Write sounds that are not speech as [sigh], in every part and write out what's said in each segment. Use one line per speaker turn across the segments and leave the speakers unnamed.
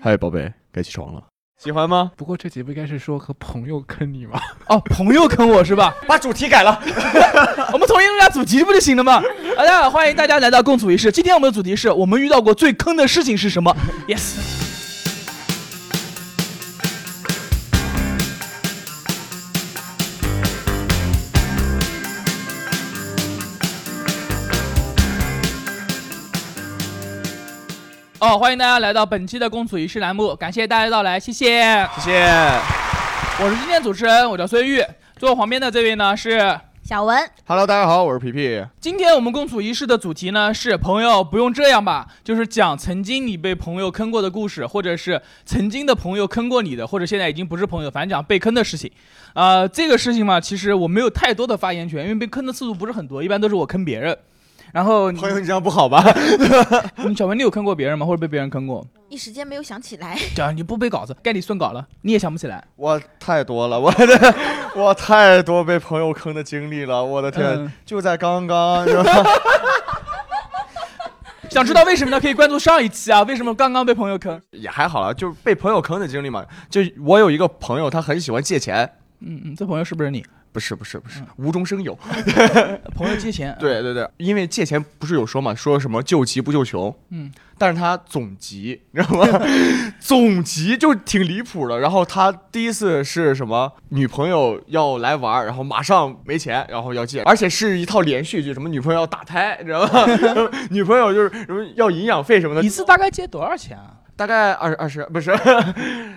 嗨，宝贝，该起床了。喜欢吗？
不过这集不应该是说和朋友坑你吗？
哦，朋友坑我
[laughs]
是吧？
把主题改了。
我们重新弄下主题不就行了吗？大家好，欢迎大家来到共处一室。今天我们的主题是我们遇到过最坑的事情是
[laughs]
什么？Yes。哦，欢迎大家来到本期的共处一室栏目，感谢大家的到来，谢谢。
谢谢。
我是今天的主持人，我叫孙玉，坐我旁边的这位呢是。
小文，
Hello，大家好，我是皮皮。
今天我们共处一室的主题呢是朋友不用这样吧，就是讲曾经你被朋友坑过的故事，或者是曾经的朋友坑过你的，或者现在已经不是朋友，反正讲被坑的事情。呃，这个事情嘛，其实我没有太多的发言权，因为被坑的次数不是很多，一般都是我坑别人。然后你
朋友，你这样不好吧？
[laughs] 你小文，你有坑过别人吗？或者被别人坑过？
一时间没有想起来。
讲你不背稿子，该你顺稿
[laughs]
了，你也想不起来。
我太多了，我的我太多被朋友坑的经历了，我的天！
嗯
就在刚刚，是吧
[laughs] 想知道为什么呢？可以关注上一期啊，为什么刚刚被朋友坑？
也还好了，就是被朋友坑的经历嘛。就我有一个朋友，他很喜欢借钱，
嗯嗯，这朋友是不是你？嗯
不是不是不是，无中生有。
[laughs] 朋友借钱？，嗯
对对对，因为借钱不是有说嘛，说什么救急不救穷，
嗯，
但是他总急，你知道吗？ [laughs] 总急就挺离谱的。然后他第一次是什么？女朋友要来玩儿，然后马上没钱，然后要借，而且是一套连续剧，什么女朋友要打胎，你知道吗？然后 [laughs] 女朋友就是什么要营养费什么的
一，次大概借多少钱啊？
大概二二十不是， [laughs]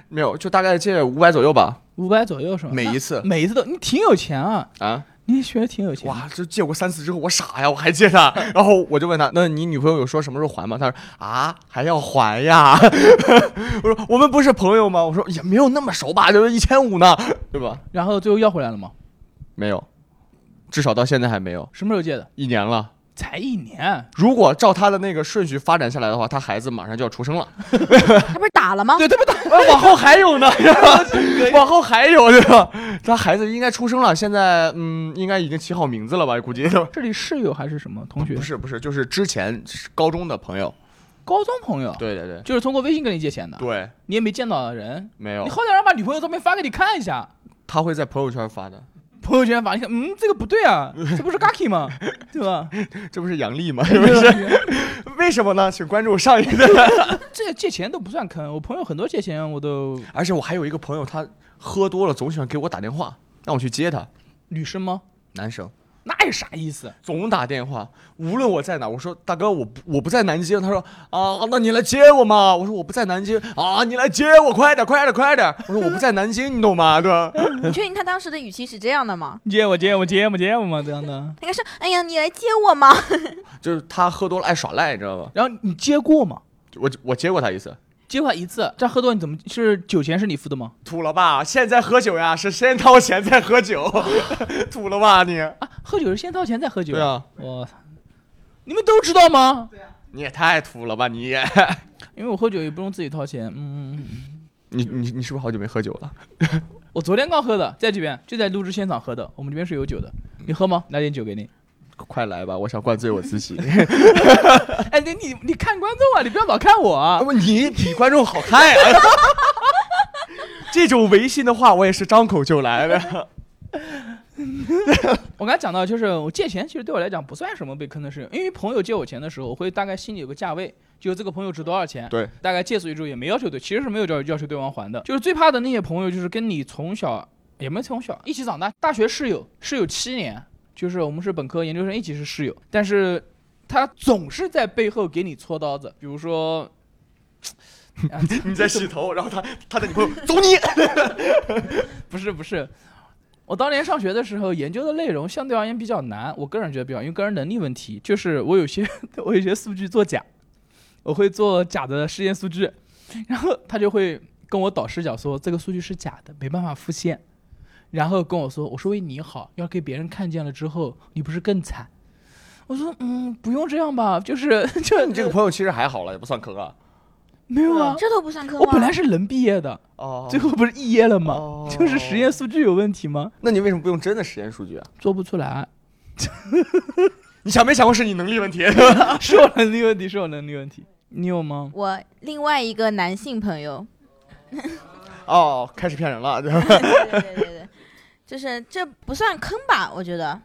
没有，就大概借五百左右吧，
五百左右是吗？
每一次
每一次都你挺有钱啊，
啊。
你学的挺有钱。
哇，这借过三次之后，我傻呀，我还借他。 [laughs] 然后我就问他，那你女朋友有说什么时候还吗？他说啊，还要还呀。 [laughs] 我说我们不是朋友吗？我说也没有那么熟吧，就是一千五呢， [laughs] 对吧？
然后最后要回来了吗？
没有，至少到现在还没有，
什么时候借的？
一年了。
才一年。
如果照他的那个顺序发展下来的话，他孩子马上就要出生了，
他不是打了吗？
对，他
[laughs]
不打。
哎往后还有呢，是吧 [laughs] 往后还有对吧？他孩子应该出生了，现在嗯，应该已经起好名字了吧？估计
[laughs] 这里室友还是什么同学
不？是不是，就是之前是高中的朋友，
[laughs] 高中朋友。
对对对
就是通过微信跟你借钱的，
对，
你也没见到人，
没有
你。好歹让把女朋友照片发给你看一下，
他会在朋友圈发的，
朋友圈发，你看，嗯，这个不对
[laughs]
啊，这不是 Gaki 吗？对吧？
这不是杨笠吗？ [laughs] 是不是？为什么呢？请关注上一代。
[laughs] 这借钱都不算坑，我朋友很多借钱我都
而且我还有一个朋友，他喝多了总喜欢给我打电话，让我去接他。
女生吗？
男生
那有啥意思？
总打电话，无论我在哪，我说大哥，我不我不在南京。他说啊，那你来接我嘛。我说我不在南京啊，你来接我，快点，快点，快点。我说我不在南京，你懂吗？对吧？
[laughs] 你确定他当时的语气是这样
[laughs]
的吗？
接我接我接我接我嘛这样的。
应该是，哎呀，你来接我吗？
就是他喝多了爱耍赖，你知道吗？
然后你接过吗？
我我接过他一次，
接过一次，这样喝多你怎么是酒钱是你付的吗？
吐了吧。现在喝酒呀，是先掏钱再喝酒， [laughs] 吐了吧你？
啊，喝酒是先掏钱再喝酒。
对，啊，
我操，你们都知道吗？
你也太土了吧你也！
因为我喝酒也不用自己掏钱。嗯，
你你你是不是好久没喝酒了？ [laughs]
我昨天刚喝的，在这边就在录制现场喝的，我们这边是有酒的。你喝吗？拿点酒给
[laughs]
你。
快来吧，我想灌醉我自 [laughs] 己。
哎，你你你看观众啊，你不要老看我啊。
不，你比观众好看呀、 [laughs] 这种违心的话，我也是张口就来的。
我刚才讲到，就是我借钱，其实对我来讲不算什么被坑的事情，因为朋友借我钱的时候，我会大概心里有个价位，就这个朋友值多少钱，
对，
大概借出去之后也没要求对，其实是没有要要求对方还的。就是最怕的那些朋友，就是跟你从小也没从小一起长大，大学室友，室友七年，就是我们是本科、研究生一起是室友，但是他总是在背后给你戳刀子，比如
[laughs]
说。啊
[laughs] 你在
[laughs]
洗头，然后他他的女朋 [laughs] 友走你。
[laughs] 不是不是，我当年上学的时候研究的内容相对而言比较难，我个人觉得比较，因为个人能力问题，就是我有些 [laughs] 我有些数据作假，我会做假的实验数据，然后他就会跟我导师讲说这个数据是假的，没办法复现，然后跟我说我是为你好，要给别人看见了之后你不是更惨。我说，嗯，不用这样吧，就是就
你这个朋友其实还好了，也不算坑啊。
没有啊，
这都不算坑
我
吗？
本来是能毕业的，
哦
最后不是肄业了吗？ [laughs]
哦
就是实验数据有问题吗？
那你为什么不用真的实验数据啊？
做不出来。
[laughs] 你想没想过是你能力问题？
[laughs] 是我能力问题，是我能力问题。你有吗？
我另外一个男性朋友，
哦，开始骗人了， [laughs]
对对对对对，就是这不算坑吧？我觉得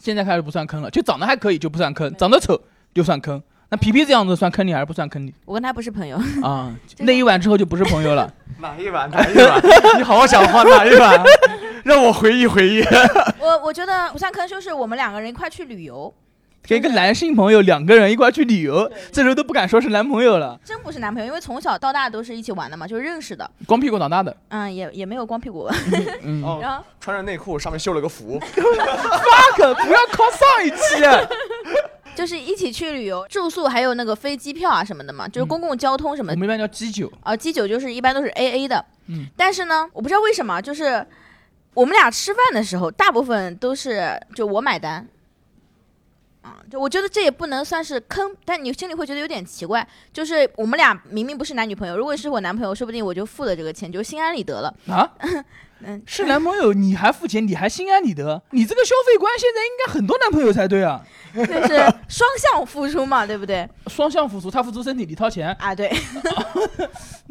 现在开始不算坑了，就长得还可以就不算坑，长得丑就算坑。那皮皮这样子算坑你还是不算坑你
我跟他不是朋友， [laughs]
啊？
这
那一晚之后就不是朋友了。
哪一碗？哪
[laughs]
一碗？你好好想话，哪一碗？让我回忆回忆。
我我觉得不算坑，就是我们两个人一块去旅游，
跟一个男性朋友两个人一块去旅游，这时候都不敢说是男朋友了，
真不是男朋友，因为从小到大都是一起玩的嘛，就认识的，
光屁股长大
[laughs]
的。
嗯，也也没有光屁股， [laughs]
嗯，
哦
然后
穿着内裤，上面绣了
[laughs]
个符。
可不要靠上一期，
[laughs] 就是一起去旅游，住宿还有那个飞机票啊什么的嘛，就是公共交通什
嗯
么
我
的
们一般叫鸡酒。
啊，机酒就是一般都是 A A 的。
嗯，
但是呢，我不知道为什么，就是我们俩吃饭的时候，大部分都是就我买单。啊，就我觉得这也不能算是坑，但你心里会觉得有点奇怪。就是我们俩明明不是男女朋友，如果是我男朋友，说不定我就付了这个钱，就心安理得了。 [laughs]
啊
嗯，
是男朋友你还付钱，你还心安理得，你这个消费观现在应该很多男朋友才对
[laughs]
啊，
就是双向付
[laughs]
出嘛，对不对？
双向付出，他付出身体，你掏钱，
啊，对，
[laughs] 那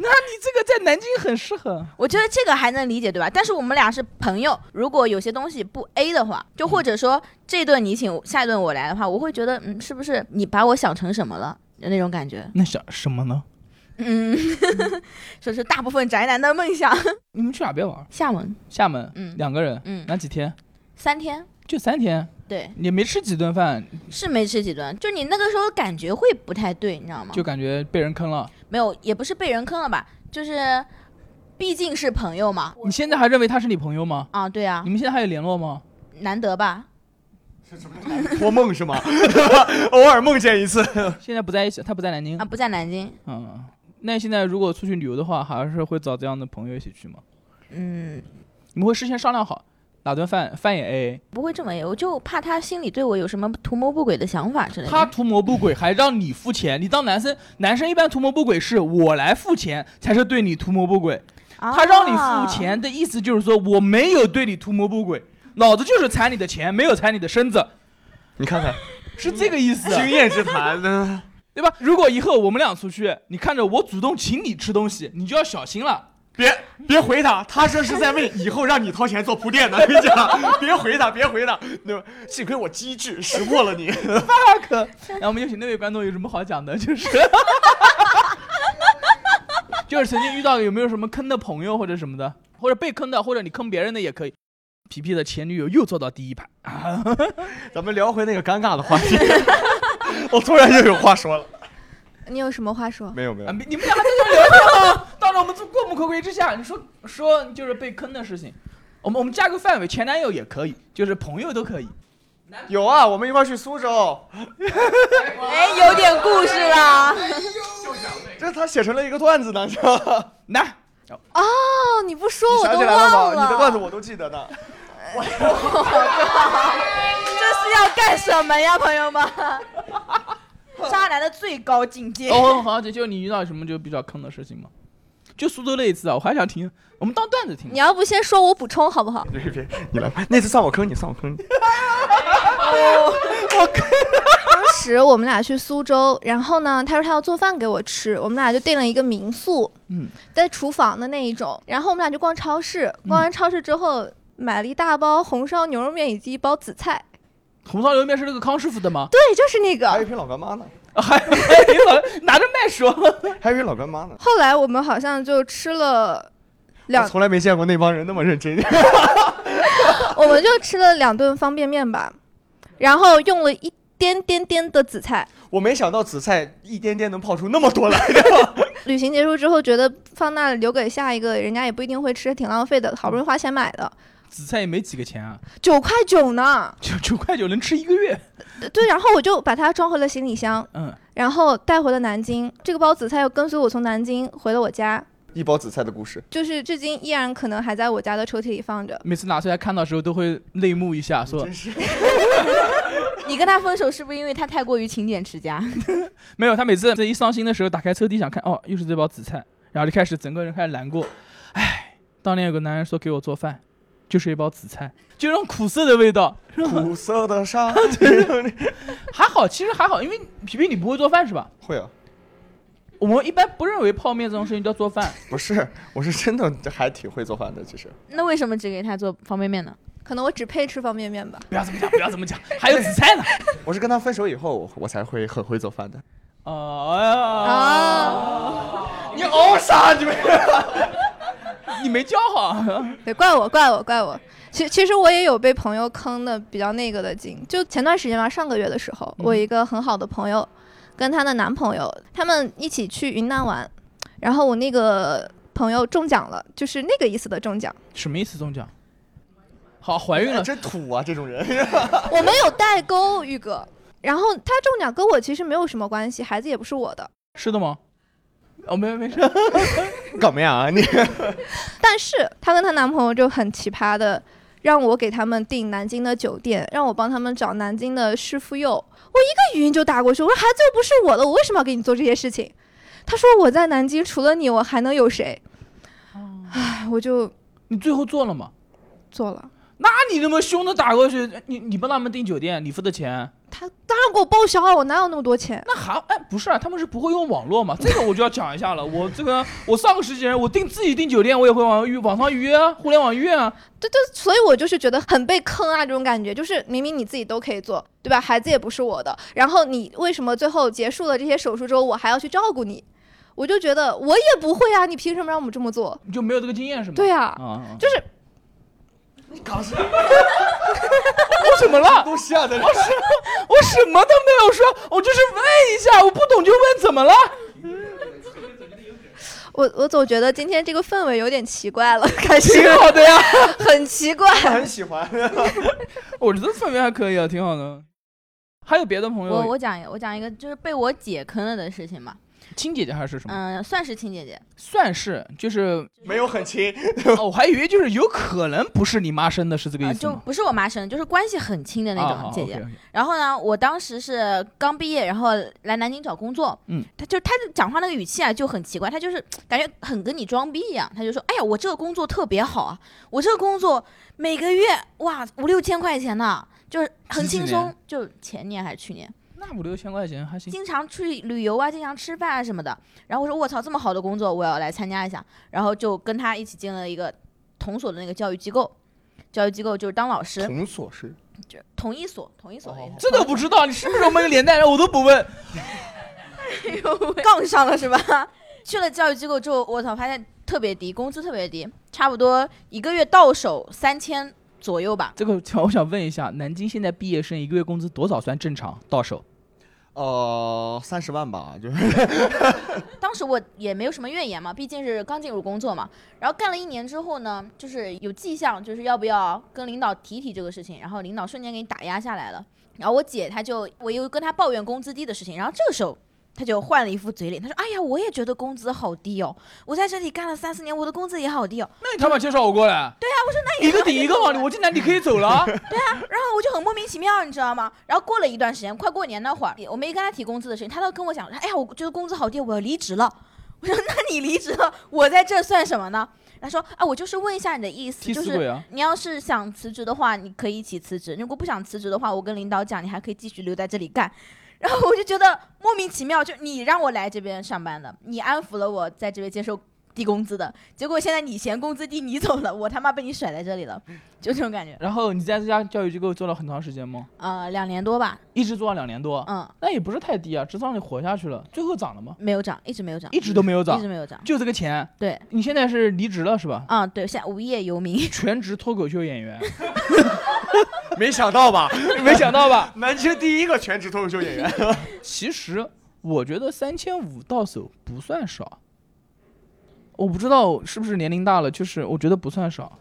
你这个在南京很适合。
我觉得这个还能理解，对吧？但是我们俩是朋友，如果有些东西不 A 的话，就或者说这顿你请，下一顿我来的话，我会觉得，嗯，是不是你把我想成什么了？就那种感觉，
[laughs] 那想什么呢？
[laughs] 嗯，说是大部分宅男的梦想。
你们去哪边玩？
厦门，
厦门，
嗯
两个人，
嗯
哪几天？
三天，
就三天，
对，
也没吃几顿饭，
是没吃几顿，就你那个时候感觉会不太对，你知道吗？
就感觉被人坑了。
没有，也不是被人坑了吧，就是毕竟是朋友嘛，
你现在还认为他是你朋友吗？
啊，对啊
你，们现在还有联络吗？
难得吧，
[laughs] 托梦是吗？ [laughs] 偶尔梦见一次。
现在不在一起，他不在南京
啊，。不在南京，
嗯，那现在如果出去旅游的话，还是会找这样的朋友一起去吗？
嗯，
你们会事先商量好哪顿饭饭也 A
不会这么，我就怕他心里对我有什么图谋不轨的想法之
[laughs]
类
A，
的。
他图谋不轨还让你付钱，你当男生，男生一般图谋不轨是我来付钱才是对你图谋不轨，
他
他让你付，钱的意思就是说我没有对你图谋不轨，老子就是踩你的钱，没有踩你的身子，
[laughs] 你看看，
是这个意思，
经验之谈呢？
[laughs] 对吧？如果以后我们俩出去，你看着我主动请你吃东西，你就要小心了。
别别回他，他说是在为以后让你掏钱做铺垫的。跟你
[laughs]
讲，别回他，别回他。对吧？幸亏我机智识破了你。 [laughs]
然后我们就请那位观众有什么好讲的，就是就是曾经遇到有没有什么坑的朋友或者什么的，或者被坑的，或者你坑别人的也可以。皮皮的前女友又坐到第一排，
[laughs] 咱们聊回那个尴尬的话
[laughs]
题。我突然又有话说了。
你有什么话说？
[laughs]
没有没
啊，你你们俩还在这聊天吗？到了我们这过目睽睽之下，你说说就是被坑的事情，我们我们加个范围，前男友也可以，就是朋友都可以。
有啊，我们一块儿去苏州，
哦哎，有点故事啦。
这他写成了一个段子呢。是吧
来，
哦，你不说
你
我
想
都
起来了
忘
吗？你的段子我都记得
[laughs]
呢。
这是要干什么呀，朋友们？渣男的最高境界。
哦，好，姐，就你遇到什么就比较坑的事情吗？就苏州那一次啊，我还想听，我们当段子听
你。要不先说，我补充好
[laughs]
不好？
[laughs] 别别别，你来吧。那次算我坑你，算我坑你。
哦 [laughs] 当时我们俩去苏州，然后呢，他说他要做饭给我吃，我们俩就订了一个民宿，
嗯，
在厨房的那一种。然后我们俩就逛超市，逛完超市之后，买了一大包红烧牛肉面以及一包紫菜。
红烧牛肉面是那个康师傅的吗？
对，就是那
还有
个
一。瓶老干妈呢，
还你老拿着麦说，
还有一瓶老干妈呢。
后来我们好像就吃了
我
两，
从来没见过那帮人那么认真。
我们就吃了两顿方便面吧，然后用了一点点点的紫菜。
[laughs] 我没想到紫菜一颠颠能泡出那么多来。
旅行结束之后，觉得放那里留给下一个人家也不一定会吃，挺浪费的，好不容易花钱买的，
紫菜也没几个钱啊，
九块九呢。
九九块九能吃一个月。
对，然后我就把它装回了行李箱，
嗯，
然后带回了南京。这个包紫菜又跟随我从南京回了我家，
一包紫菜的故事，
就是至今依然可能还在我家的抽屉里放着。
每次拿出来看到的时候都会泪目一下，说
真是
你跟他分手是不是因为他太过于勤俭持家？ [laughs]
没有。他每次这一伤心的时候，打开抽屉想看，哦，又是这包紫菜，然后就开始整个人开始难过。唉，当年有个男人说给我做饭，就是一包紫菜， [laughs] 就那种苦涩的味道。
苦涩
[laughs]
的沙。
还好，其实还好，因为皮皮你不会做饭是吧？
会啊，
我们一般不认为泡面这种事情叫做饭，
不是，我是真的还挺会做饭的，其实。
那为什么只给他做方便面呢？
可能我只配吃方便面吧。
不要这么讲，不要这么讲，还
[laughs]
有紫菜呢。
我是跟他分手以后，我我才会很会做饭的。
哦，
你熬啥？你们
你没教好，啊
对，怪我，怪我，怪我。其其实我也有被朋友坑的比较那个的经，就前段时间吧，上个月的时候，
嗯
我一个很好的朋友跟她的男朋友，他们一起去云南玩，然后我那个朋友中奖了，就是那个意思的
[laughs]
中奖。
什么意思？中奖？好，怀孕了，
真土啊，这种人。
我没有代沟，玉哥。然后他中奖跟我其实没有什么关系，孩子也不是我的。
是的吗？哦，没没事，
干嘛呀？啊你
但是她跟她男朋友就很奇葩的，让我给他们订南京的酒店，让我帮他们找南京的师傅柚。我一个语音就打过去，我说孩子又不是我的，我为什么要给你做这些事情？他说我在南京除了你，我还能有谁？ [sighs] 唉，我就
你最后做了吗？
做了。
[laughs] 那你那么凶的打过去，你你帮他们订酒店，你付的钱，
他当然给我报销啊了，我哪有那么多钱？
那还哎不是啊，他们是不会用网络嘛？这个我就要讲一下了。我这个我上个世纪人，我订自己订酒店，我也会网预网上预约啊，互联网预约啊。
对对，所以我就是觉得很被坑啊，这种感觉，就是明明你自己都可以做，对吧？孩子也不是我的，然后你为什么最后结束了这些手术之后，我还要去照顾你？我就觉得我也不会啊，你凭什么让我们这么做？
你就没有这个经验是吗？
对
啊，
啊，
啊，
就是
[laughs] 我怎么了？
都吓的。
我什么都没有说，我就是问一下，我不懂就问，怎么
[laughs]
了？
我我总觉得今天这个氛围有点奇怪了，感
挺
觉
好的呀，
很奇
[laughs]
怪。
很喜欢。
[laughs] 我觉得氛围还可以啊，挺好的。还有别的朋友，
我我讲一个，我讲一个，就是被我姐坑了的事情嘛。
亲姐姐还是什么？
嗯、算是亲姐姐，
算是，就是、
没有很亲，
哦，我还以为就是有可能不是你妈生的，是这个
呃
意思
就
吗？
不是我妈生的，就是关系很亲的那
啊
种
好
姐姐。
OK，OK
然后呢，我当时是刚毕业，然后来南京找工作。
嗯，
他就他讲话那个语气啊，就很奇怪，他就是感觉很跟你装逼一样。他就说：“哎呀，我这个工作特别好啊，我这个工作每个月哇五六千块钱呢、就是很
几几
轻
年
松。”就前年还是去年，
那五六千块钱还行。
经常出去旅游啊，经常吃饭啊什么的。然后我说我操，这么好的工作，我要来参加一下。然后就跟他一起进了一个同所的那个教育机构，教育机构就是当老师，
同所是
就同一所，同一所的意思。
这都不知道，你是不是我们连带人我都不问。
[laughs] 杠上了是吧？去了教育机构之后，我操，发现特别低，工资特别低，差不多一个月到手三千左右吧。
这个我想问一下，南京现在毕业生一个月工资多少算正常到手？哎
呃三十万吧，就是
当时我也没有什么怨言嘛，毕竟是刚进入工作嘛。然后干了一年之后呢，就是有迹象，就是要不要跟领导提提这个事情，然后领导瞬间给你打压下来了。然后我姐她就我又跟她抱怨工资低的事情，然后这个时候她就换了一副嘴脸，她说：“哎呀，我也觉得工资好低哦，我在这里干了三四年，我的工资也好低哦。”
那你他妈介绍我过来？对啊，我说那一个顶一个往里，我进来你可以走了
[laughs]
啊。
然后我就很莫名其妙，你知道吗？然后过了一段时间，快过年那会儿，我没跟他提工资的事情，他倒跟我讲，哎呀，我觉得工资好低，我要离职了。我说，那你离职了，我在这算什么呢？他说，啊，我就是问一下你的意思，
替
就
死
是
鬼啊！
你要是想辞职的话，你可以一起辞职；如果不想辞职的话，我跟领导讲，你还可以继续留在这里干。 [laughs] 然后我就觉得莫名其妙，就你让我来这边上班的，你安抚了我在这边接受低工资的，结果现在你嫌工资低，你走了，我他妈被你甩在这里了， [laughs] 就这种感觉。
然后你在这家教育机构做了很长时间吗？
呃，两年多吧，
一直做了两年多，
嗯，
那也不是太低啊，只是让你活下去了。最后涨了吗？
没有涨，一直没有涨，
一直都没有
嗯一
涨
直，没有涨。
就这个钱。
对，
你现在是离职了是吧？
啊、对，现在无业游民。
[laughs] 全职脱口秀演员，
[laughs] 没想到吧？
[laughs] 没想到吧？
[laughs] 南京第一个全职脱口秀演员，
[laughs] 其实我觉得三千五到手不算少，我不知道是不是年龄大了，就是我觉得不算少。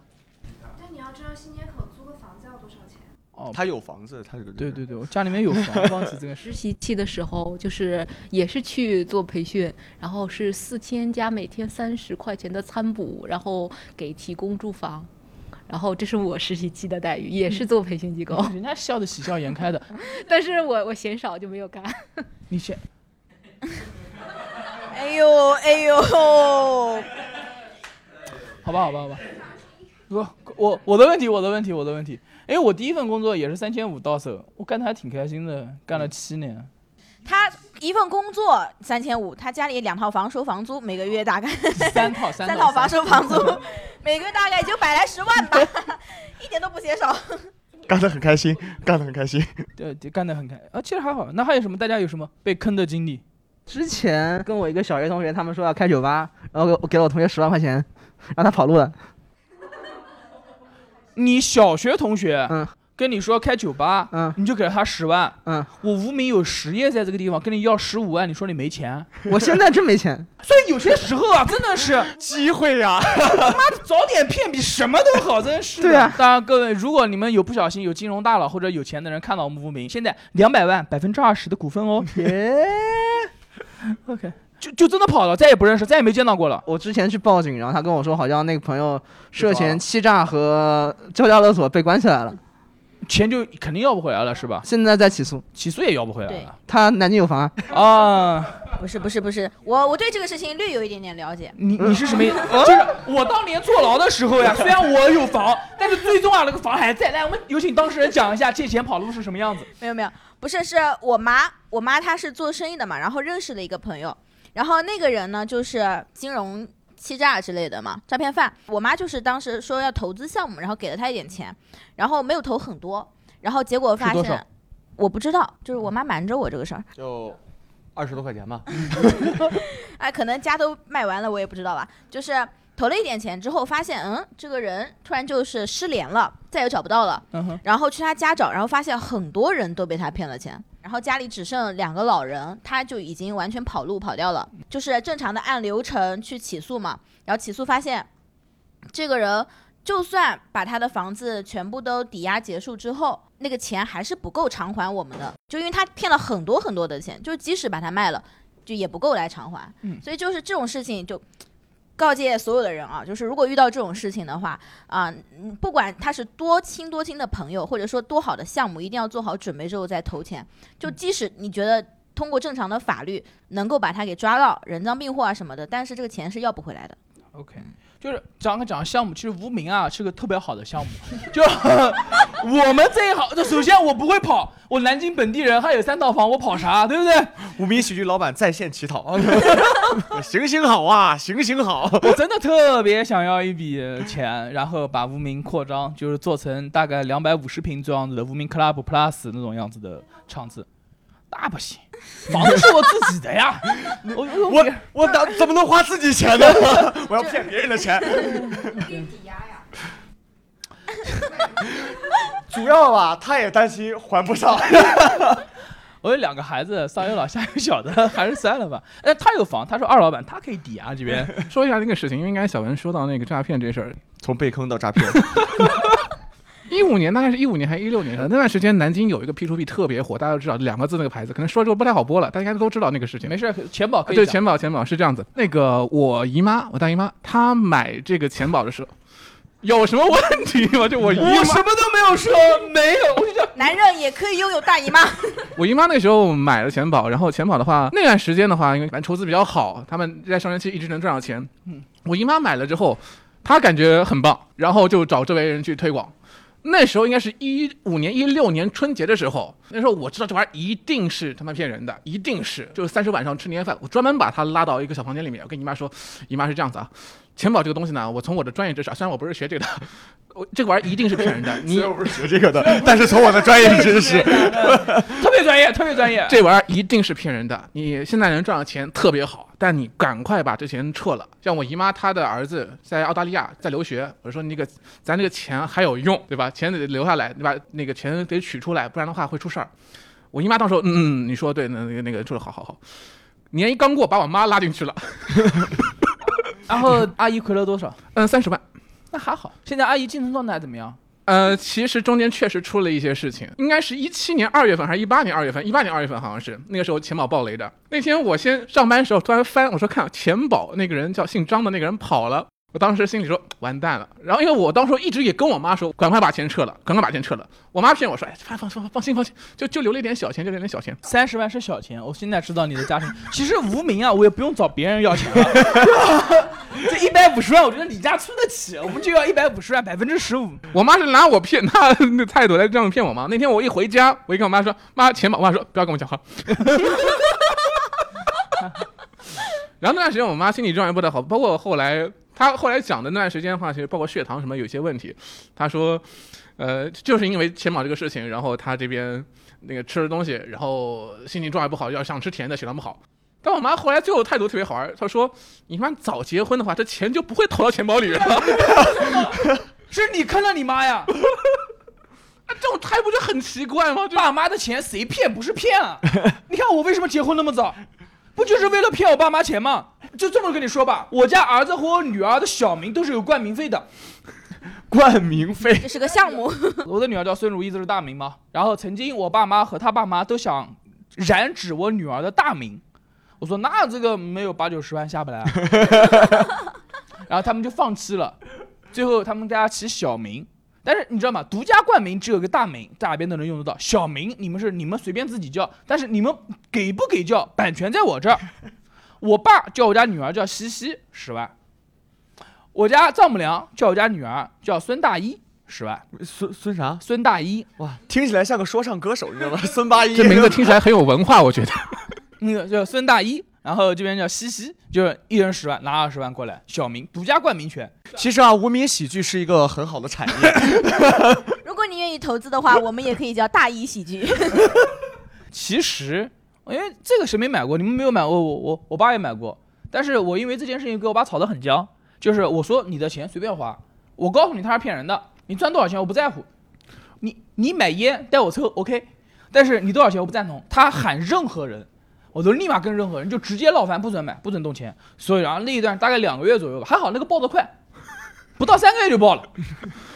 但你要知道新街口租个房子要多少钱？
哦，
[laughs] 他有房子，他有
对对对，我家里面有房，忘记这个事。
实习期的时候，就是也是去做培训，然后是四千加每天三十块钱的餐补，然后给提供住房，然后这是我实习期的待遇， [laughs] 也是做培训机构，
人家笑得喜笑颜开的，
但是我我嫌少就没有干。
你先
[laughs] 哎呦哎呦，
好吧，好吧，好吧。我我我的问题，我的问题，哎我的问题。因为我第一份工作也是三千五到手，我干的还挺开心的，干了七年。
他一份工作三千五，他家里两套房收房租，每个月大概
三套三
三
套
套房收房租，每个月大概也就百来十万吧， [laughs] 一点都不
[laughs]
嫌少。
干得很开心，干得很开心。
对，对干得很开啊，其实还好。那还有什么？大家有什么被坑的经历？
之前跟我一个小学同学，他们说要开酒吧，然后给我给了我同学十万块钱，然后他跑路了。
你小学同学，
嗯，
跟你说开酒吧，
嗯
你就给了他十万，
嗯，
我无名有实业在这个地方跟你要十五万，你说你没钱，
[laughs] 我现在真没钱，
所以有些时候啊，真的是
机会
[laughs]
呀、
早点骗比什么都好，真是的。
对啊
当然各位，如果你们有不小心有金融大佬或者有钱的人看到我们无名，现在 [laughs] 两百万百分之二十的股份哦
耶！
[laughs] ，OK，就就真的跑了，再也不认识，再也没见到过了。
我之前去报警，然后他跟我说，好像那个朋友涉
被抓了
嫌欺诈和交家勒索被关起来了，
钱就肯定要不回来了，是吧？
现在在起诉。
起诉也要不回来了
他南京有房啊，
啊！
不是不是不是，我我对这个事情略有一点点了解。呃
你你是什么意？
嗯
就是我当年坐牢的时候呀，虽然我有房，但是最重要的那个房还在。来，我们有请当事人讲一下借钱跑路是什么样子。
没有没有，不是，是我妈，我妈她是做生意的嘛，然后认识了一个朋友，然后那个人呢就是金融欺诈之类的嘛，诈骗犯。我妈就是当时说要投资项目，然后给了他一点钱，然后没有投很多，然后结果发
是多少
现。我不知道，就是我妈瞒着我这个事儿，
就二十多块钱吧。
哎，可能家都卖完了，我也不知道吧。就是投了一点钱之后，发现嗯，这个人突然就是失联了，再也找不到了。
嗯哼，
然后去他家找，然后发现很多人都被他骗了钱，然后家里只剩两个老人，他就已经完全跑路跑掉了，就是正常的按流程去起诉嘛，然后起诉发现这个人就算把他的房子全部都抵押结束之后，那个钱还是不够偿还我们的，就因为他骗了很多很多的钱，就即使把它卖了，就也不够来偿还，
嗯
所以就是这种事情就。告诫所有的人啊，就是如果遇到这种事情的话，啊、嗯不管他是多亲多亲的朋友，或者说多好的项目，一定要做好准备之后再投钱。就
嗯
即使你觉得通过正常的法律能够把他给抓到，人赃并获啊什么的，但是这个钱是要不回来的。
OK，就是讲个讲项目，其实无名啊是个特别好的项目， [laughs] 就我们这一行，就首先我不会跑，我南京本地人还有三套房，我跑
[laughs]
啥，对不对？
无名喜剧老板在线乞讨，
[laughs]
行行好啊，行行好。
我真的特别想要一笔钱，然后把无名扩张，就是做成大概两百五十平这样子的无名 Club Plus 那种样子的场子，那不行，房子是我自己的
[laughs]
呀，我我
我我哪怎么能花自己钱 [laughs] 呢？我要骗别人的 [laughs] 钱。嗯
可以抵押呀。
[laughs] 主要吧，他也担心还不上。
[laughs] 我有两个孩子，上有老下有小的， [laughs] 还是算了吧。哎，他有房，他说二老板他可以抵押啊
[laughs]
这边。
[laughs] 说一下那个事情，因为刚才小文说到那个诈骗这事儿，
从被坑到诈骗，
[laughs] 一五年大概是一五年还是一六年那段时间，南京有一个 P to P 特别火，大家都知道两个字那个牌子，可能说之后不太好播了，大家都知道那个事情。
没事，钱宝可以
对，
讲
钱宝钱宝是这样子。那个我姨妈，我大姨妈，她买这个钱宝的时候，有什么问题吗？就我姨
[laughs] 我
妈
什，么都没有说，没有，我就叫
男人也可以拥有大姨妈， [laughs]
[laughs] 我姨妈那个时候买了钱宝，然后钱宝的话，那段时间的话，因为反正投资比较好，他们在上升期一直能赚到钱。
嗯
我姨妈买了之后，她感觉很棒，然后就找周围人去推广。那时候应该是一五年、一六年春节的时候，那时候我知道这玩意儿一定是他妈骗人的，一定是。就是三十晚上吃年夜饭，我专门把她拉到一个小房间里面，我跟姨妈说，姨妈是这样子啊，钱宝这个东西呢，我从我的专业知识啊，虽然我不是学这个的，我这个玩意儿一定是骗人的，你
虽然我不是学这个的，但是从我的专业知识，
特别专业，特别专业。
这玩意儿一定是骗人的。你现在能赚到钱特别好，但你赶快把这钱撤了。像我姨妈她的儿子在澳大利亚在留学，我说你那个咱这个钱还有用，对吧？钱得留下来，对吧？那个钱得取出来，不然的话会出事儿。我姨妈到时候，嗯，嗯，你说对，那那个那个说的好好好。年一刚过，把我妈拉进去了， [laughs]
然后阿姨亏了多少？
嗯，三十万。
那还好。现在阿姨精神状态怎么样？
呃，其实中间确实出了一些事情，应该是一七年二月份还是一八年二月份？一八年二月份好像是那个时候钱宝爆雷的。那天我先上班的时候突然翻，我说看钱宝那个人叫姓张的那个人跑了，我当时心里说完蛋了，然后因为我当时一直也跟我妈说，赶快把钱撤了，赶快把钱撤了。我妈骗我说，哎，放放放放心放心，就就留了一点小钱，就留了一点小钱。
三十万是小钱，我现在知道你的家庭。 [laughs] 其实无名啊，我也不用找别人要钱了。 [laughs] 这一百五十万，我觉得李家出得起，我们就要一百五十万，百分之十五。
我妈是拿我骗 [laughs] 她那态度来这样骗我嘛。那天我一回家，我一跟我妈说，妈钱吧，我妈说不要跟我讲话。 [laughs] 然后那段时间我妈心理状态不太好，包括后来她后来讲的那段时间的话，其实包括血糖什么有些问题。她说，呃，就是因为钱宝这个事情，然后她这边那个吃了东西，然后心情状态不好，要想吃甜的，血糖不好。但我妈后来最后态度特别好玩，啊她说：“你妈早结婚的话，这钱就不会投到钱包里了。” [laughs]
是你坑了你妈呀！ [laughs]
这种态度就很奇怪吗？就
爸妈的钱谁骗不是骗啊？你看我为什么结婚那么早，不就是为了骗我爸妈钱吗？就这么跟你说吧，我家儿子和我女儿的小名都是有冠名费的。
冠名 [laughs] 费
这是个项目，
[laughs] 我的女儿叫孙如意，这是大名嘛。然后曾经我爸妈和他爸妈都想染指我女儿的大名，我说那这个没有八九十万下不
[laughs]
来啊、然后他们就放弃了。最后他们大家起小名，但是你知道吗？独家冠名只有个大名，在哪边都能用得到。小名你们是你们随便自己叫，但是你们给不给叫，版权在我这儿。我爸叫我家女儿叫西西，十万；我家丈母娘叫我家女儿叫孙大一，十万。
孙孙啥？
孙大一，
哇，听起来像个说唱歌手，你知
[laughs]
道吗？孙八一
这名字听起来很有文化，我觉得。
那个叫孙大一，然后这边叫西西，就是一人十万，拿二十万过来，小名独家冠名权。
其实啊，无名喜剧是一个很好的产业。
如果你愿意投资的话，我们也可以叫大一喜剧。 [laughs]
其实，因为这个谁没买过？你们没有买过，我我我爸也买过。但是我因为这件事情跟我爸吵得很僵，就是我说你的钱随便花，我告诉你他是骗人的，你赚多少钱我不在乎，你你买烟带我抽 OK，但是你多少钱我不赞同。他喊任何人，我都立马跟任何人就直接闹翻，不准买，不准动钱。所以然后那一段大概两个月左右吧，还好那个爆得快，不到三个月就爆了，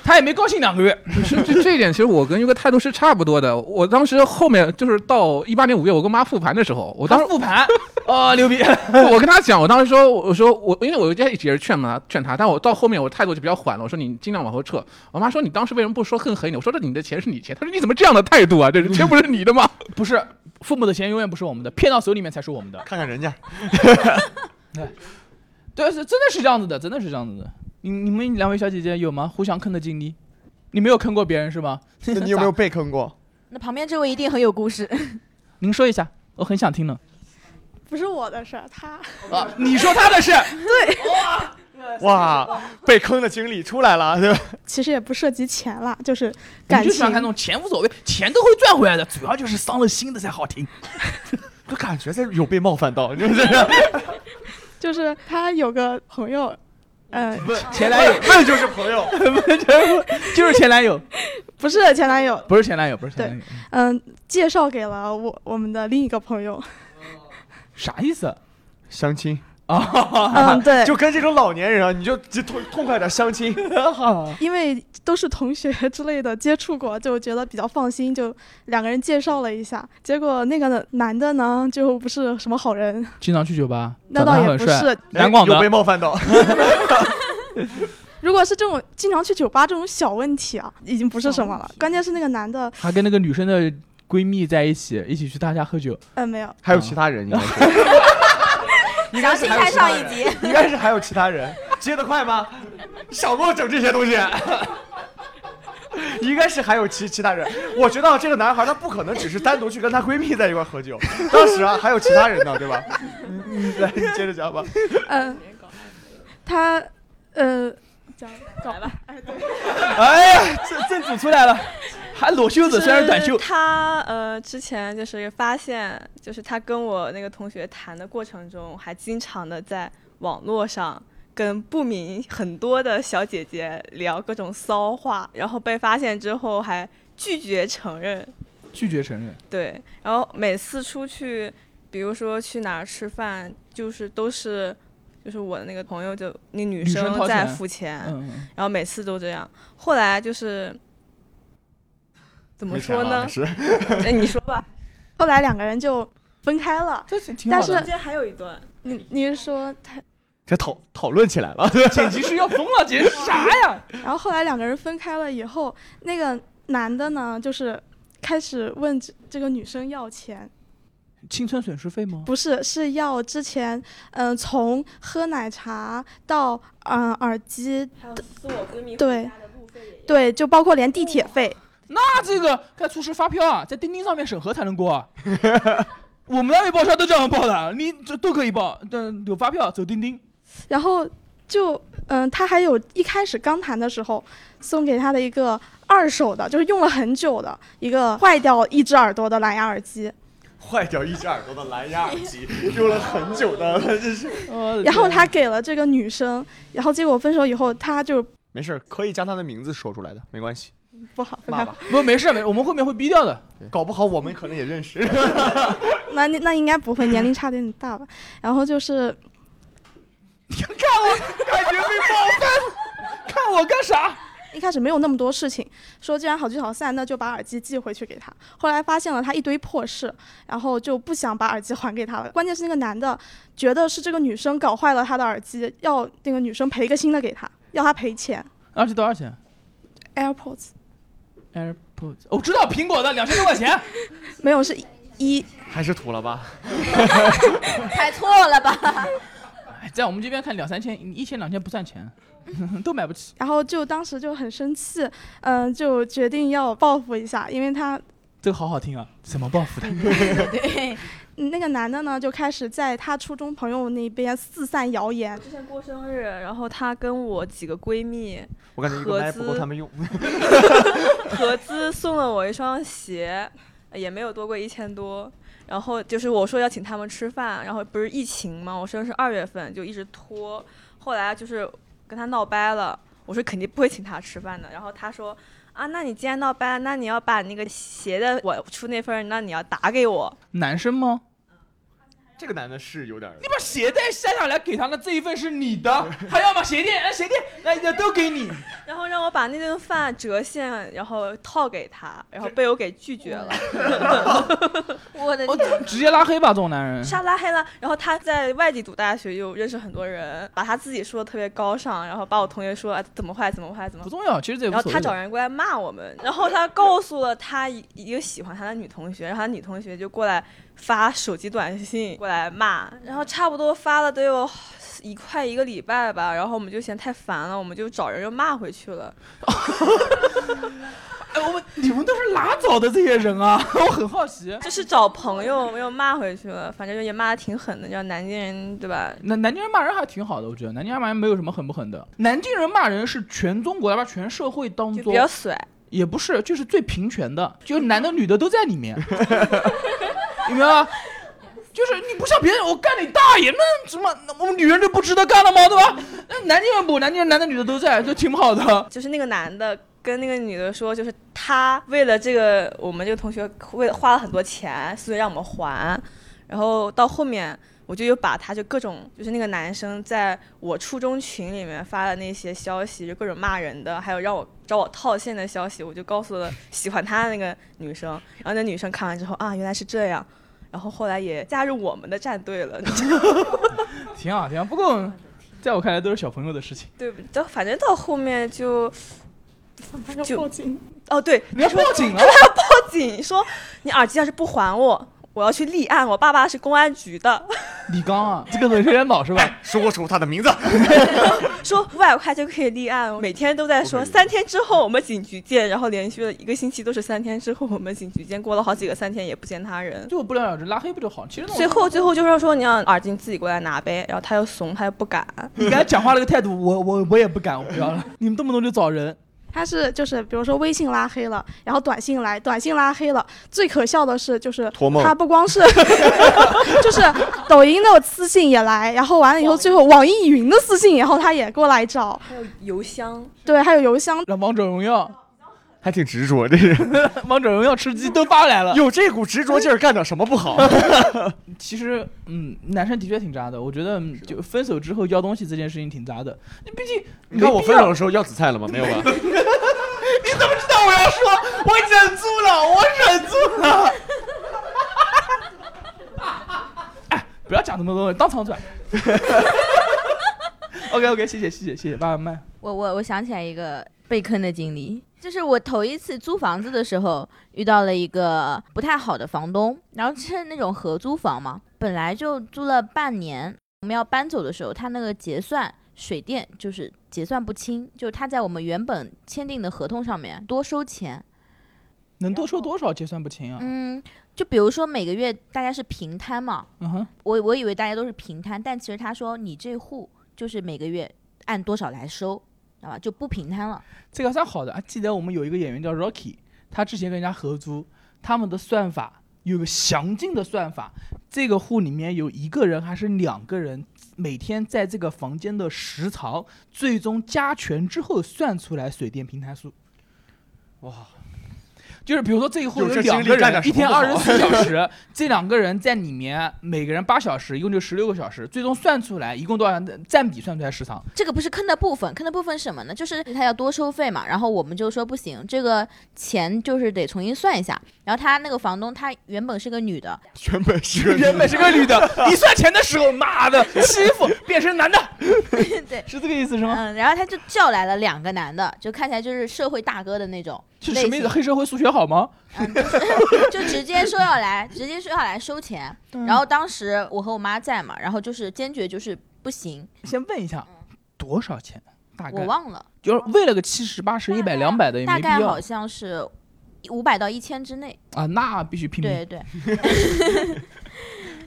他也没高兴两个月。
是这这一点，其实我跟优哥态度是差不多的。我当时后面就是到一八年五月，我跟妈复盘的时候，我
他
当时
复盘，啊、牛逼！
[laughs] 我跟她讲，我当时说，我说我因为我一直也是劝嘛劝她，但我到后面我态度就比较缓了，我说你尽量往后撤。我妈说你当时为什么不说更狠一点？我说这你的钱是你钱，她说你怎么这样的态度啊？这钱不是你的吗？
不是，父母的钱永远不是我们的，骗到手里面才是我们的。
看看人家，
对，是真的是这样子的，真的是这样子的。你你们两位小姐姐有吗？互相坑的经历？你没有坑过别人是吗？
那你有没有被坑过？
那旁边这位一定很有故事，
[laughs]
[laughs]
您说一下，我很想听呢。
不是我的事儿，他
啊，你说他的事，
哇，被坑的经历出来了，对吧？ [laughs]
其实也不涉及钱啦，就是
你
感
就喜
情
欢看那种钱无所谓，钱都会赚回来的，主要就是伤了心的才好
[laughs]
听。
我感觉在有被冒犯到，你知不知 [laughs] 道？
[laughs] 就是他有个朋友，呃，
前男友
那就是朋
[laughs]
友。
就是前男友，
不是前男友，
不是前男友，不是前男友，
嗯、介绍给了我我们的另一个朋友，
啥意思？啊
相亲
嗯，对，
[laughs] 就跟这种老年人啊，你就就痛痛快点相亲。 [laughs]
因为都是同学之类的接触过，就觉得比较放心，就两个人介绍了一下。结果那个男的呢，就不是什么好人，
经常去酒吧，
那
长得
倒也
很
不
帅
是。
南广的
哎有被冒
[laughs]
犯到，
如果是这种经常去酒吧这种小问题啊，已经不是什么了。关键是那个男的，
还跟那个女生的闺蜜在一起，一起去他家喝酒，
呃，没有，
还有其他人应该是，
详
[laughs]
情看上一集。
[laughs] 应该是还有其他人接得快吗？少给我整这些东西。 [laughs] 应该是还有其其他人，我觉得啊这个男孩他不可能只是单独去跟他闺蜜在一块儿喝酒，当时啊还有其他人呢，对吧？
嗯
你你来，你接着讲吧。
呃，他，呃，讲搞吧，
哎呀，这正主出来了，还裸袖子，虽然是短袖
就是。他呃，之前就是发现，就是他跟我那个同学谈的过程中，还经常的在网络上跟不明很多的小姐姐聊各种骚话，然后被发现之后还拒绝承认。
拒绝承认。
对，然后每次出去，比如说去哪儿吃饭，就是都是。就是我的那个朋友就，那女
生
生
掏
在
钱
付钱，
嗯，
然后每次都这样。后来就是怎么
没钱
说
了
呢
还？是
哎，你说吧。
[laughs] 后来两个人就分开了。
这挺挺
但
好的。
是
间还有一段，
你你是说他？
这讨讨论起来了，
剪辑师要疯了，剪啥呀？
[laughs] 然后后来两个人分开了以后，那个男的呢，就是开始问这这个女生要钱，
青春损失费吗？
不是，是要之前，嗯、从喝奶茶到嗯、呃耳机，
还有送我闺蜜
对
回家的路费也一样
对，就包括连地铁费，
那这个该出示发票啊，在钉钉上面审核才能过啊。 [laughs] 我们那里报销都这样报的，你这都可以报，但有发票走钉钉。
然后就嗯、他还有一开始刚谈的时候送给他的一个二手的，就是用了很久的一个坏掉一只耳朵的蓝牙耳机，
坏掉一只耳朵的蓝牙耳机，用了很久的，真是
然后他给了这个女生，然后结果分手以后，他就
没事儿，可以将他的名字说出来的，没关系，
不好分
骂
开。
吧，
不，没事没事，我们后面会逼掉的。
搞不好我们可能也认识。
那那那应该不会，年龄差的有点大吧。然后就是
感觉被冒犯， [laughs] 看我干啥？
一开始没有那么多事情，说既然好聚好散，那就把耳机寄回去给他。后来发现了他一堆破事，然后就不想把耳机还给他了。关键是那个男的觉得是这个女生搞坏了他的耳机，要那个女生赔一个新的给他，要他赔钱。
耳机多少钱
AirPods
？AirPods，我哦知道苹果的两千多块钱。
没有是一一 [laughs]
还是吐了
[laughs]
吧， [laughs]
猜错了吧？
哎在我们这边看两三千，一千两千不算钱， [laughs] 都买不起。
然后就当时就很生气，嗯、就决定要报复一下，因为他
这个好好听啊，怎么报复 [laughs] 的？
对，
那个男的呢就开始在他初中朋友那边四散谣言，
之前过生日，然后她跟我几个闺蜜
我感觉一个
合
麦不够
资
他们用。
[laughs]
[laughs]
合资送了我一双鞋，也没有多贵一千多。然后就是我说要请他们吃饭，然后不是疫情嘛，我生日是二月份，就一直拖。后来就是跟他闹掰了，我说肯定不会请他吃饭的。然后他说啊，那你既然闹掰了，那你要把那个鞋的我出那份儿，那你要打给我。
男生吗？
这个男的是有点儿，
你把鞋带删下来给他，那这一份是你的，还要把鞋垫，哎，鞋垫，那那都给你。
然后让我把那顿饭折现，然后套给他，然后被我给拒绝了。
[laughs] 我的
我直接拉黑吧，这种男人。
沙拉黑了，然后他在外地读大学，又认识很多人，把他自己说的特别高尚，然后把我同学说、啊、怎么坏怎么坏怎么
不
坏，
重要，其实这也
然
无
后
所
他找
谓。
人过来骂我们，然后他告诉了他一一个喜欢他的女同学，然后他女同学就过来发手机短信过来骂，然后差不多发了得有一快一个礼拜吧，然后我们就嫌太烦了，我们就找人又骂回去了。
哎，我们你们都是哪找的这些人啊？我很好奇。
就是找朋友没有骂回去了，反正也骂的挺狠的，叫南京人对吧？
南南京人骂人还挺好的，我觉得南京人骂人没有什么狠不狠的。南京人骂人是全中国，哪怕全社会当
就
中
比较甩，
也不是，就是最平权的，就是男的女的都在里面， [laughs] 你明白吗？就是你不像别人，我干你大爷！那什么，那我们女人就不值得干了吗？对吧？那南京人不，南京人男的女的都在，就挺好的。
[laughs] 就是那个男的跟那个女的说，就是他为了这个我们这个同学为了花了很多钱，所以让我们还。然后到后面我就又把他就各种就是那个男生在我初中群里面发的那些消息，就各种骂人的，还有让我找我套现的消息，我就告诉了喜欢他的那个女生。然后那女生看完之后啊，原来是这样。然后后来也加入我们的战队了，
挺好，挺好。不过，在我看来都是小朋友的事情。
对不？到反正到后面就
他就
就
报警。
哦对，
你要报警
[laughs]
了，
报警说你耳机要是不还我，我要去立案。我爸爸是公安局的， [laughs]
李刚啊， [laughs] 这个人有点老是吧？
哎说出他的名字，
说五百块就可以立案。每天都在说
OK
三天之后我们警局见，然后连续了一个星期都是三天之后我们警局见，过了好几个三天也不见他人。
就不了了之，拉黑不就好？其实那种
最后最后就是说你让耳机自己过来拿呗，然后他又怂，他又
[laughs]
不敢。
你刚才讲话那个态度，我我我也不敢，我不要了。你们动不动就找人，
他是就是比如说微信拉黑了，然后短信来，短信拉黑了。最可笑的是就是
托梦
他不光是 [laughs] 就是抖音的私信也来，然后完了以后最后网易云的私信，然后他也过来找，
还有邮箱，
对，还有邮箱。
让王者荣耀、
[laughs] 还挺执着，这人
[laughs] 王者荣耀吃鸡都发来了。
有这股执着劲儿，干点什么
[laughs]
不好？
其实，嗯，男生的确挺渣的。我觉得，嗯就分手之后要东西这件事情挺渣的。你毕竟，
你看我分
没必
手
要
的时候要紫菜了吗？没有
[laughs]
吧？
你怎么知道我要说？我忍住了，我忍住了。
[laughs]
[laughs] 哎，不要讲那么多，当场转。 OK OK，谢谢谢谢谢谢，慢慢慢。
我我我想起来一个被坑的经历，就是我头一次租房子的时候遇到了一个不太好的房东，然后是那种合租房嘛，本来就租了半年，我们要搬走的时候，他那个结算水电就是结算不清，就是他在我们原本签订的合同上面多收钱，
能多收多少结算不清啊？
嗯，就比如说每个月大家是平摊嘛，
嗯哼，
我我以为大家都是平摊，但其实他说你这户就是每个月按多少来收，知道吧？就不平摊了。
这个算好的啊。记得我们有一个演员叫 Rocky，他之前跟人家合租，他们的算法有个详尽的算法，这个户里面有一个人还是两个人，每天在这个房间的时长，最终加权之后算出来水电平摊数。
哇，
就是比如说这一户
有
有
这
两
精
个
力干点
人，
什
一
么
天
不
二十
好
四小时，这两个人在里面每个人八小时，一共就十六个小时，最终算出来一共多少占比算出来时长。
这个不是坑的部分，坑的部分是什么呢？就是他要多收费嘛，然后我们就说不行，这个钱就是得重新算一下。然后他那个房东，他原本是个女的，
原本是个
原本是个女 [laughs] 的，你算钱的时候，妈的欺负变成男的，
[laughs] 对，
是这个意思是吗？
嗯，然后他就叫来了两个男的，就看起来就是社会大哥的那种
是
类
什么意
型
思？，黑社会数学好吗？
就直接说要来，直接说要来
[laughs]
收钱。然后当时我和我妈在嘛，然后就是坚决就是不行，嗯
先问一下多少钱？大
我
概
忘了，
就是为了个七十、八十、一百、两百的也
大
没必
概
要
好像是五百到一千之内。
啊，那必须拼
对
命。
对，
[laughs]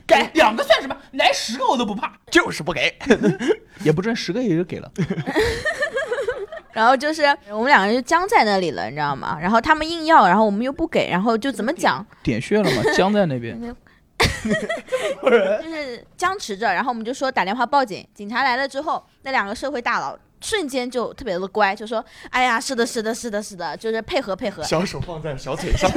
给两个算什么？来十个我都不怕，
就是不给，
[laughs] 也不挣十个也就给了。
然后就是我们两个人就僵在那里了，你知道吗？然后他们硬要，然后我们又不给，然后就怎么讲，
点穴了嘛，僵在那边。
就是僵持着。然后我们就说打电话报警，警察来了之后，那两个社会大佬瞬间就特别的乖，就说：“哎呀，是的，是的，是的，是的，就是配合配合。
小手放在小腿 [laughs] 上，”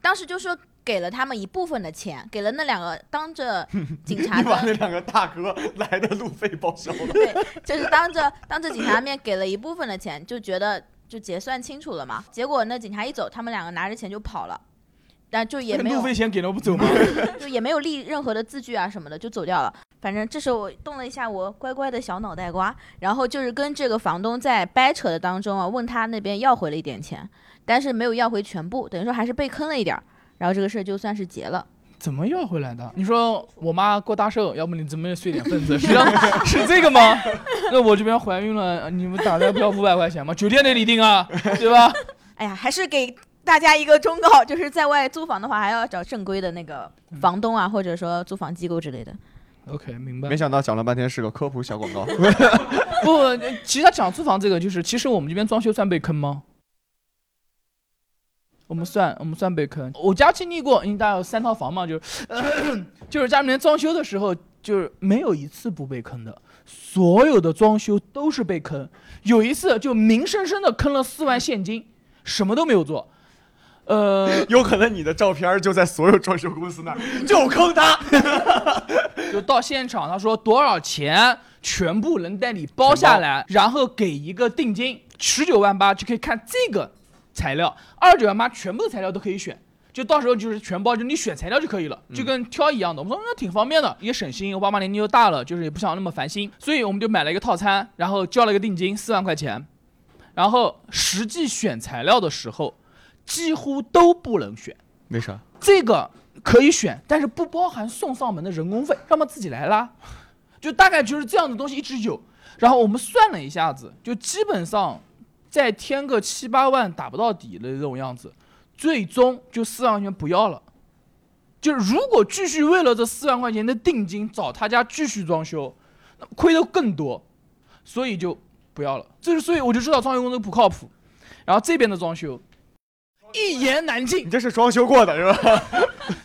当时就说给了他们一部分的钱，给了那两个当着警察
你把那
的。
两个大哥来的路费报销了。
对，就是当着当着警察面给了一部分的钱，就觉得就结算清楚了嘛。结果那警察一走，他们两个拿着钱就跑了，但 [laughs] 就也没有
[laughs] 路费钱给了不走吗？
就也没有立任何的字据啊什么的，就走掉了。反正这时候我动了一下我乖乖的小脑袋瓜，然后就是跟这个房东在掰扯的当中啊，问他那边要回了一点钱，但是没有要回全部，等于说还是被坑了一点儿。然后这个事儿就算是结了，
怎么要回来的？你说我妈郭大寿，要不你怎么碎点份子？是 [laughs] 让是这个吗？那我这边怀孕了，你们打算不要五百块钱吗？酒店那里定啊， [laughs] 对吧？
哎呀，还是给大家一个忠告，就是在外租房的话，还要找正规的那个
嗯
房东啊，或者说租房机构之类的。
[laughs] OK，明白
没。想到讲了半天是个科普小广告，
不，呃其实他讲租房这个，就是其实我们这边装修算被坑吗？我们算，我们算被坑。我家经历过，因为大家有三套房嘛，就是、就是 [coughs] 家里面装修的时候，就是没有一次不被坑的，所有的装修都是被坑。有一次就明生生的坑了四万现金，什么都没有做。 [laughs] 呃，
[laughs] 有可能你的照片就在所有装修公司那儿， [laughs] 就坑他。
[laughs] 就到现场，他说多少钱，全部能带你包下来，然后给一个定金，十九万八就可以看这个材料，二九万八全部的材料都可以选。就到时候就是全包，就你选材料就可以了，
嗯
就跟挑一样的。我们说那挺方便的，也省心。我爸妈年纪又大了，就是也不想那么烦心，所以我们就买了一个套餐，然后交了一个定金四万块钱，然后实际选材料的时候，几乎都不能选。
为啥？
这个可以选，但是不包含送上门的人工费，要么自己来拉，就大概就是这样的东西一直有。然后我们算了一下子，就基本上再添个七八万打不到底的这种样子，最终就四万块钱不要了。就是如果继续为了这四万块钱的定金找他家继续装修，那亏的更多，所以就不要了。这是所以我就知道装修公司不靠谱。然后这边的装修一言难尽
你，这是装修过的是吧？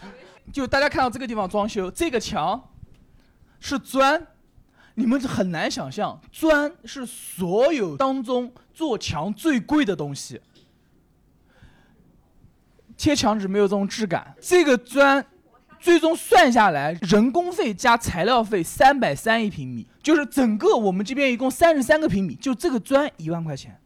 [laughs] 就大家看到这个地方装修，这个墙是砖，你们很难想象，砖是所有当中做墙最贵的东西。贴墙纸没有这种质感，这个砖最终算下来，人工费加材料费三百三一平米，就是整个我们这边一共三十三个平米，就这个砖一万块钱。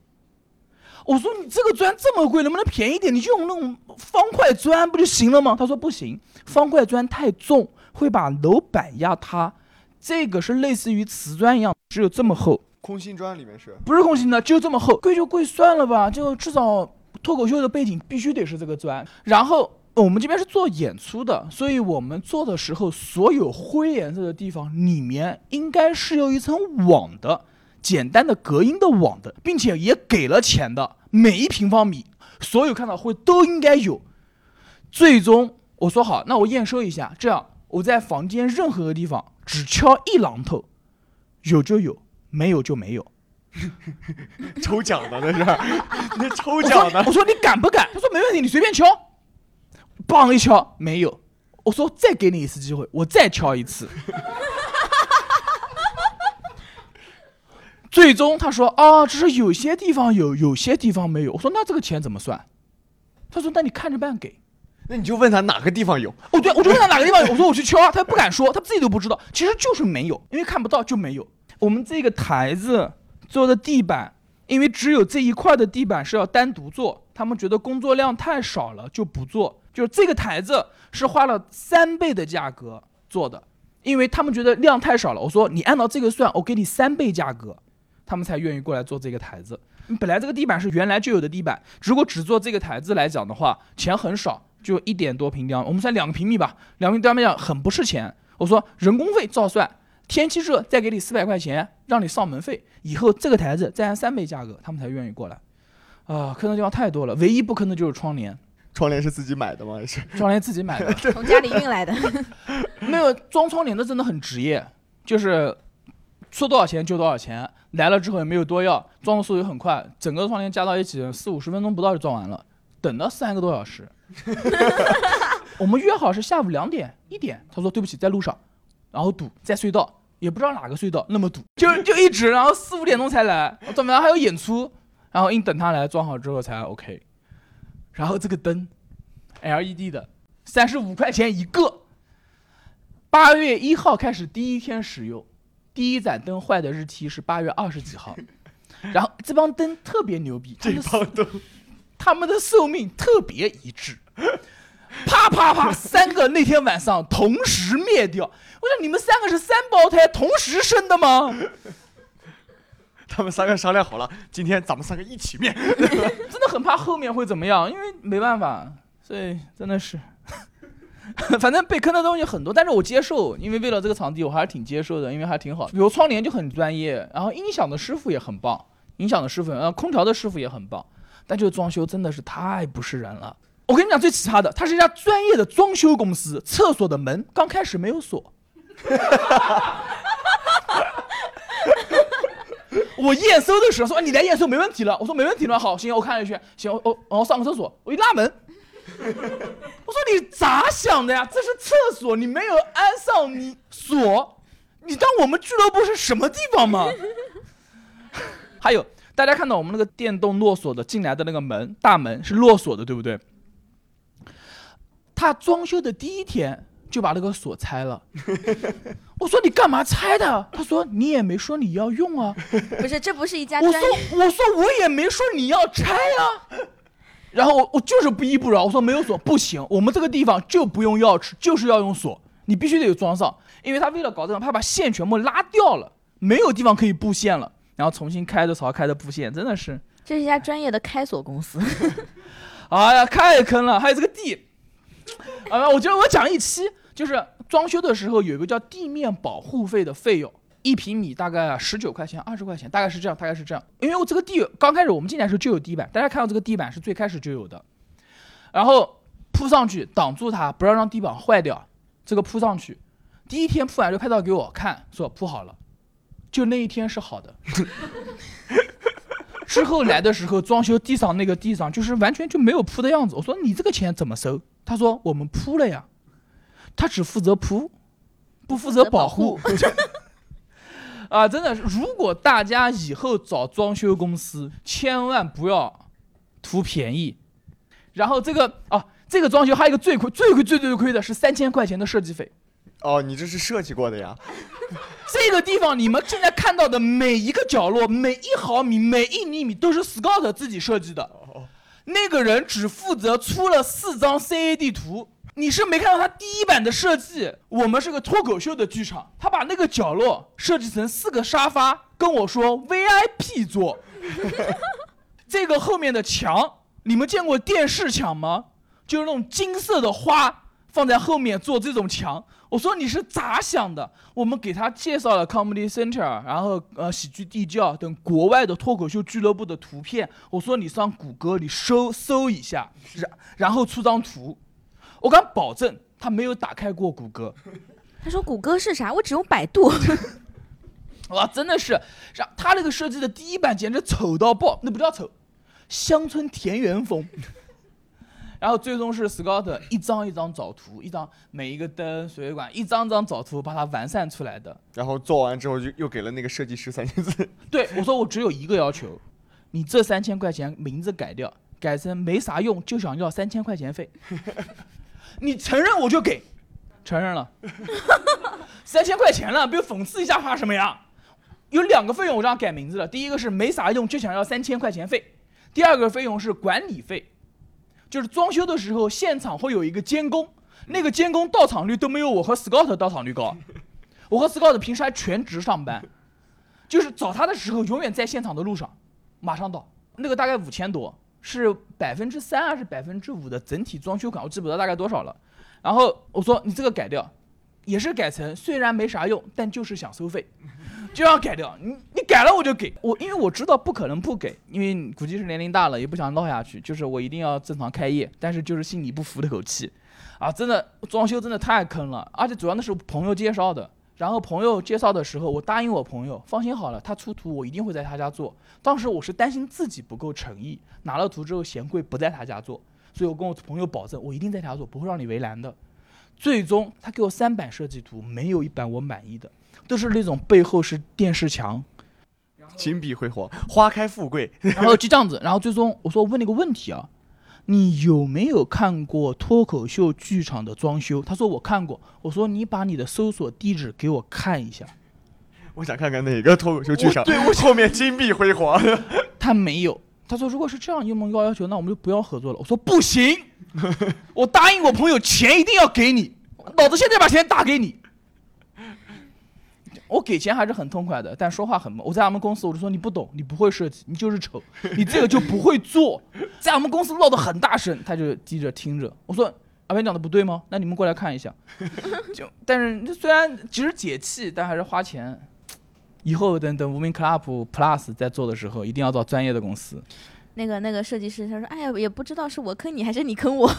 我说你这个砖这么贵，能不能便宜点？你用那种方块砖不就行了吗？他说不行，方块砖太重，会把楼板压塌，这个是类似于瓷砖一样，只有这么厚，
空心砖里面是
不是空心的，就这么厚，贵就贵算了吧，就至少脱口秀的背景必须得是这个砖。然后呃我们这边是做演出的，所以我们做的时候，所有灰颜色的地方里面应该是有一层网的，简单的隔音的网的，并且也给了钱的，每一平方米，所有看到灰都应该有。最终我说好，那我验收一下，这样我在房间任何个地方只敲一榔头，有就有，没有就没有。
[laughs] 抽奖的那是， [laughs] 那 [laughs] 抽
[laughs]
奖的
我说你敢不敢？他说没问题，你随便敲。梆一敲，没有。我说再给你一次机会，我再敲一次。 [laughs] 最终他说啊，只是有些地方有，有些地方没有。我说那这个钱怎么算？他说那你看着办给。
那你就问他哪个地方有，
哦，对，我就问他哪个地方有，我说我去敲，他不敢说，他自己都不知道，其实就是没有，因为看不到就没有。我们这个台子做的地板，因为只有这一块的地板是要单独做，他们觉得工作量太少了就不做。就是这个台子是花了三倍的价格做的，因为他们觉得量太少了。我说你按照这个算，我给你三倍价格，他们才愿意过来做这个台子。本来这个地板是原来就有的地板，如果只做这个台子来讲的话，钱很少，就一点多平方，我们算两个平米吧，两个平米对他们讲很不是钱。我说人工费照算，天气热再给你四百块钱，让你上门费，以后这个台子再按三倍价格，他们才愿意过来。啊、坑的地方太多了，唯一不坑的就是窗帘，
窗帘是自己买的吗？还是
窗帘自己买的，
从家里运来的。 [laughs]
[laughs] 没有装窗帘的真的很职业，就是说多少钱就多少钱，来了之后也没有多要，装的速度也很快，整个窗帘加到一起四五十分钟不到就装完了，等了三个多小时。我们约好是下午两点一点，他说对不起在路上，然后堵在隧道，也不知道哪个隧道那么堵，就就一直，然后四五点钟才来，怎么还有演出，然后硬等他来装好之后才 OK，然后这个灯 LED 的三十五块钱一个。八月一号开始第一天使用，第一盏灯坏的日期是八月二十几号。然后这帮灯特别牛逼，他
这
们的
帮都
他们的寿命特别一致，啪啪啪，三个那天晚上同时灭掉。我想你们三个是三胞胎同时生的吗？
他们三个商量好了，今天咱们三个一起面。
[laughs] 真的很怕后面会怎么样，因为没办法，所以真的是， [laughs] 反正被坑的东西很多，但是我接受，因为为了这个场地，我还是挺接受的，因为还挺好。比如窗帘就很专业，然后音响的师傅也很棒，音响的师傅，呃，空调的师傅也很棒，但这个装修真的是太不是人了。我跟你讲最奇葩的，它是一家专业的装修公司，厕所的门刚开始没有锁。 [laughs] 我验收的时候说、哎你来验收没问题了，我说没问题了，好，行，我看一圈，行，我我我上个厕所，我一拉门，
啊
我说你咋想的呀？这是厕所，你没有安上你锁，你当我们俱乐部是什么地方吗？ [laughs] 还有大家看到我们那个电动落锁的进来的那个门大门是落锁的，对不对？他装修的第一天就把那个锁拆了。 [laughs] 我说你干嘛拆的？他说你也没说你要用啊。
不是，这不是一家
我
专
说
业， [laughs]
我说我也没说你要拆啊。然后我我就是不依不饶，我说没有锁不行，我们这个地方就不用钥匙，就是要用锁，你必须得装上，因为他为了搞这个，他把线全部拉掉了，没有地方可以布线了，然后重新开的槽开的布线，真的是，
这是一家专业的开锁公司。
哎呀太坑了，还有这个地，啊，我觉得我讲一期，就是装修的时候有一个叫地面保护费的费用，一平米大概十九块钱、二十块钱，大概是这样，大概是这样。因为我这个地刚开始我们进来的时候就有地板，大家看到这个地板是最开始就有的，然后铺上去挡住它，不要让地板坏掉。这个铺上去，第一天铺完就拍照给我看，说铺好了，就那一天是好的。之后来的时候装修地上那个地上就是完全就没有铺的样子。我说你这个钱怎么收？他说我们铺了呀，他只负责铺，不负责保护。 [laughs] 啊，真的是，如果大家以后找装修公司，千万不要图便宜。然后这个啊，这个装修还有一个最亏、最亏、最最亏的是三千块钱的设计费。
哦，你这是设计过的呀？
这个地方你们现在看到的每一个角落、每一毫米、每一厘米都是 Scott 自己设计的。那个人只负责出了四张 CAD 图，你是没看到他第一版的设计，我们是个脱口秀的剧场，他把那个角落设计成四个沙发，跟我说 VIP 座。这个后面的墙，你们见过电视墙吗？就是那种金色的花放在后面做这种墙。我说你是咋想的？我们给他介绍了 Comedy Center，然后呃喜剧地窖等国外的脱口秀俱乐部的图片。我说你上谷歌你搜搜一下，然然后出张图。我敢保证他没有打开过谷歌。
他说谷歌是啥？我只用百度。
哇，真的是，让他那个设计的第一版简直丑到爆，那不叫丑，乡村田园风。 [laughs] 然后最终是 Scott 一张一张找图，一张每一个灯、水管，一张张找图把它完善出来的。
然后做完之后就又给了那个设计师三千字，
[laughs] 对我说，我只有一个要求，你这三千块钱名字改掉，改成没啥用，就想要三千块钱费。 [laughs] 你承认我就给，承认了，三千块钱了，被讽刺一下怕什么呀？有两个费用我让他改名字了，第一个是没啥用就想要三千块钱费，第二个费用是管理费，就是装修的时候现场会有一个监工，那个监工到场率都没有我和 Scott 到场率高，我和 Scott 平时还全职上班，就是找他的时候永远在现场的路上，马上到，那个大概五千多，是百分之三还是百分之五的整体装修款，我记不得大概多少了。然后我说你这个改掉，也是改成虽然没啥用，但就是想收费，就要改掉。你你改了我就给我，因为我知道不可能不给，因为估计是年龄大了也不想闹下去，就是我一定要正常开业，但是就是心里不服的口气，啊，真的装修真的太坑了，而且主要那是朋友介绍的。然后朋友介绍的时候，我答应我朋友，放心好了，他出图我一定会在他家做。当时我是担心自己不够诚意，拿了图之后嫌贵不在他家做，所以我跟我朋友保证，我一定在他家做，不会让你为难的。最终他给我三版设计图，没有一版我满意的，都是那种背后是电视墙，
[laughs] 金碧辉煌，花开富贵。
[laughs] 然后就这样子，然后最终我说我问你个问题啊，你有没有看过脱口秀剧场的装修？他说我看过，我说你把你的搜索地址给我看一下，
我想看看哪个脱口秀剧场
我对
后面金碧辉煌。
[laughs] 他没有。他说：“如果是这样，你们高要求，那我们就不要合作了。”我说：“不
[laughs]
行，我答应我朋友，钱一定要给你，老子现在把钱打给你。”我给钱还是很痛快的，但说话很慢。我在他们公司，我就说你不懂，你不会设计，你就是丑，你这个就不会做。在我们公司闹得很大声，他就低着听着。我说：“阿边讲的不对吗？那你们过来看一下。 [laughs] 就”但是虽然其实解气，但还是花钱。以后等等无名 club plus 在做的时候，一定要找专业的公司。
那个那个设计师他说，哎呀，也不知道是我坑你还是你坑我。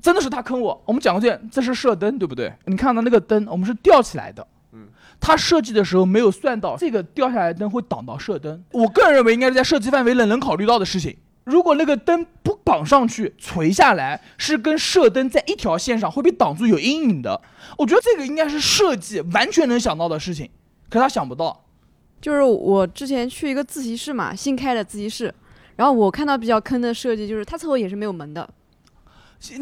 真的是他坑我。我们讲过这，这是射灯，对不对？你看到那个灯，我们是吊起来的。
[laughs] 嗯
他设计的时候没有算到这个吊下来的灯会挡到射灯，我个人认为应该是在设计范围内能考虑到的事情。如果那个灯不绑上去垂下来，是跟射灯在一条线上，会被挡住有阴影的。我觉得这个应该是设计完全能想到的事情，可是他想不到。
就是我之前去一个自习室嘛，新开的自习室，然后我看到比较坑的设计就是它厕所也是没
[laughs]
有门的，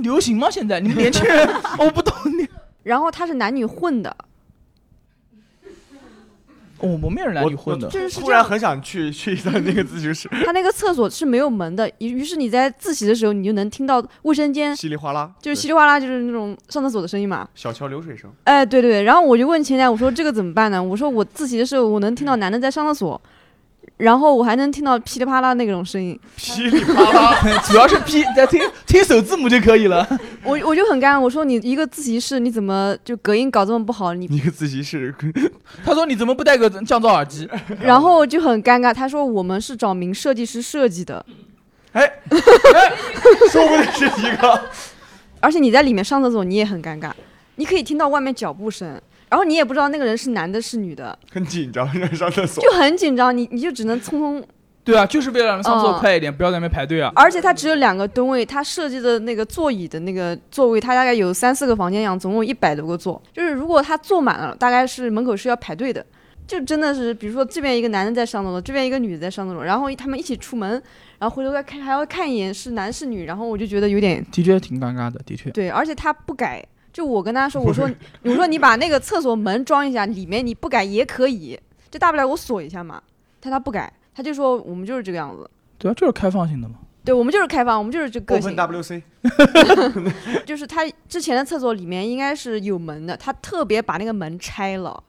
流行吗？现在你们年轻人，我不懂你。
[laughs] 然后它是男女混的，
哦我们没有人男女混的
我，
就是是
突
这
然
样。
很想去去一趟那个自习室， [laughs]
它那个厕所是没有门的，于于是你在自习的时候，你就能听到卫生间
稀里哗啦，
就是稀
对
里哗啦，就是那种上厕所的声音嘛。
小桥流
[laughs]
水声。
哎，对对对，然后我就问前台，我说这个怎么办呢？我说我自习的时候，我能听到男的在上厕所，然后我还能听到噼里啪啦那种声音，
[laughs] 噼里啪啦，
啊主要是 P 在听听首字母就可以了。
我
嗯
我就很干，我说你一个自习室，你怎么就隔音搞这么不好？你
[laughs] 一个自习室，
[laughs] 他说：“你怎么不戴个降噪耳
[laughs]
机
然后就很尴尬，他说我们是找名设计师设计的，
哎
[laughs]
说不定是一个。
而且你在里面上厕所你也很尴尬，你可以听到外面脚步声，然后你也不知道那个人是男的是女的，
很紧张，让上厕所。
就很紧张，你你就只能匆匆，？”
对啊，就是为了让上厕所
嗯
快一点，不要在那边排队啊。
而且他只有两个蹲位，他设计的那个座椅的那个座位，他大概有三四个房间一样，总共一百多个座，就是如果他坐满了，大概是门口是要排队的。就真的是，比如说这边一个男的在上厕所，这边一个女的在上厕所，然后他们一起出门，然后回头再看还要看一眼是男是女，然后我就觉得有点
的确挺尴尬的，的确。
对，而且他不改。就我跟他说，我说，我说你把那个厕所门装一下，里面你不改也可以，就大不了我锁一下嘛。但他不改，他就说我们就是这个样子。
对啊，就是开放性的嘛。
对我们就是开放，我们就是这个性
Open。WC，
就是他之前的厕所里面应该是有门的，他特别把那个门拆了，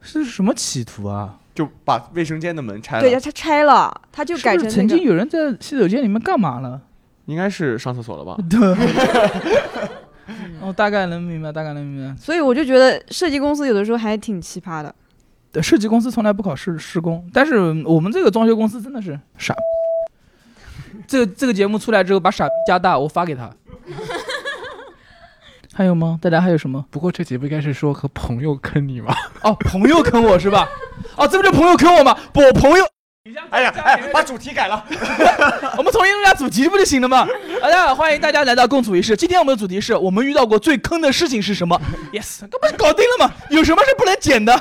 是什么企图啊？
就把卫生间的门拆
对，
了
他，他拆了，他就是改
不
成、
是
那个、
曾经有人在洗手间里面干嘛了？
应该是上厕所了吧？
嗯
我哦大概能明白，大概能明白。
所以我就觉得设计公司有的时候还挺奇葩的。
对呃设计公司从来不考试施工，但是我们这个装修公司真的是傻。这个这个节目出来之后，把傻逼加大，我发给
[laughs]
他。还有吗？大家还有什么？
不过这集不应该是说和朋友坑你吗？
哦，朋友坑我是吧？哦，这不就朋友坑我吗？不，我朋友，
哎呀，哎，把主题改了，
[laughs] 我们重新录下主题不就行了吗？大家好，欢迎大家来到共处一室。今天我们的主题是我们遇到过最坑的事情是什么？Yes，这不是搞定了吗？有什么是不能剪的？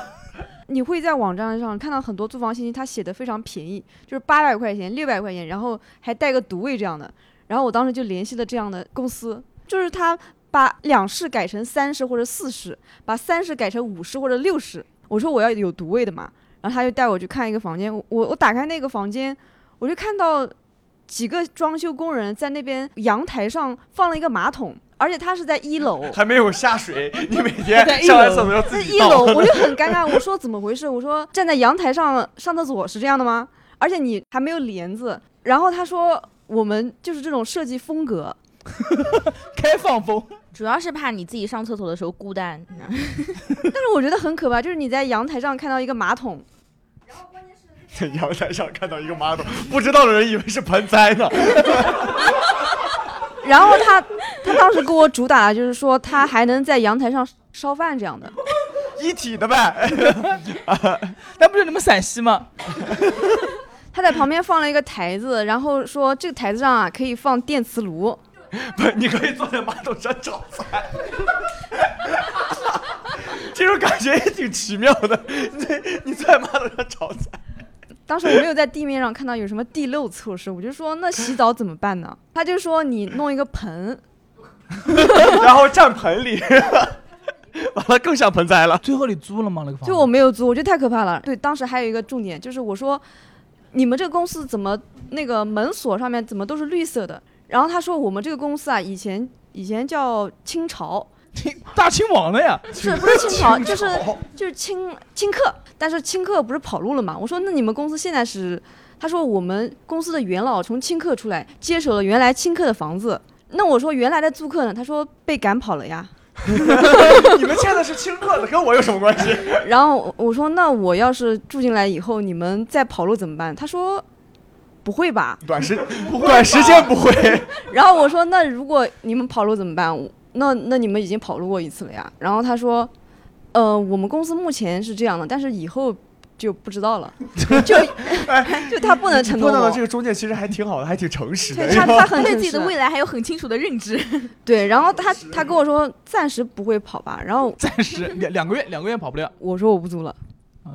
你会在网站上看到很多租房信息，它写的非常便宜，就是八百块钱、六百块钱，然后还带个独卫这样的。然后我当时就联系了这样的公司，就是他把两室改成三室或者四室，把三室改成五室或者六室。我说我要有独卫的嘛，然后他就带我去看一个房间。我我打开那个房间，我就看到几个装修工人在那边阳台上放了一个马桶，而且他是在一楼。
还没有下水，你
[laughs]
每
在
天
一
上完
楼
厕所要
在
自己
一
倒。
楼，
[laughs]
我就很尴尬，我说怎么回事？我说站在阳台上上厕所是这样的吗？而且你还没有帘子。然后他说我们就是这种设计 [laughs]
[laughs]
风格，
开放风，
主要是怕你自己上厕所的时候孤单。你知道吗 [laughs]
但是我觉得很可怕，就是你在阳台上看到一个马桶，
在 [laughs] 阳台上看到一个马桶， [laughs] 不知道的人以为是盆栽呢。 [laughs]
然后他他当时给我主打的就是说他还能在阳台上烧饭这样的。
一体的呗，
[laughs] 那不是你们陕西吗？
他在旁边放了一个台子，然后说这个台子上啊可以放电磁炉。
不是，你可以坐在马桶上炒菜， [laughs] 这种感觉也挺奇妙的。 [laughs] 你你坐在马桶上炒菜， [laughs]
当时我没有在地面上看到有什么第六措施，我就说那洗澡怎么办呢？他就说你弄一个盆，
[laughs] 然后站
[laughs]
盆里，完了更像盆栽了。
最后你租了吗？那个房子
就我没有租，我觉得太可怕了。对，当时还有一个重点就是我说，你们这个公司怎么那个门锁上面怎么都是绿色的？然后他说我们这个公司啊，以前以前叫清朝，
大清王了呀，
是不是清
[laughs]
朝？就是就是清清客，但是清客不是跑路了嘛？我说那你们公司现在是？他说我们公司的元老从清客出来，接手了原来清客的房子。那我说原来的租客呢？他说被赶跑了呀。
你们欠的是清客的，跟我有什么关系？ [laughs]
然后我我说那我要是住进来以后，你们再跑路怎么办？他说不会吧。
短时 [laughs] 短时间不会，
然后我说那如果你们跑路怎么办？我那那你们已经跑路过一次了呀。然后他说，呃，我们公司目前是这样的，但是以后就不知道了，就 [laughs] 就他不能承诺
碰到
我
的这。个中介其实还挺好的，还挺诚实的
对。他他
[laughs]
很
对
诚
自己的
实
未来还有很清楚的认知。
对，然后他他跟我说暂时不会跑吧，然后
暂时两两个月，两个月跑不掉。啊
我说我不租了，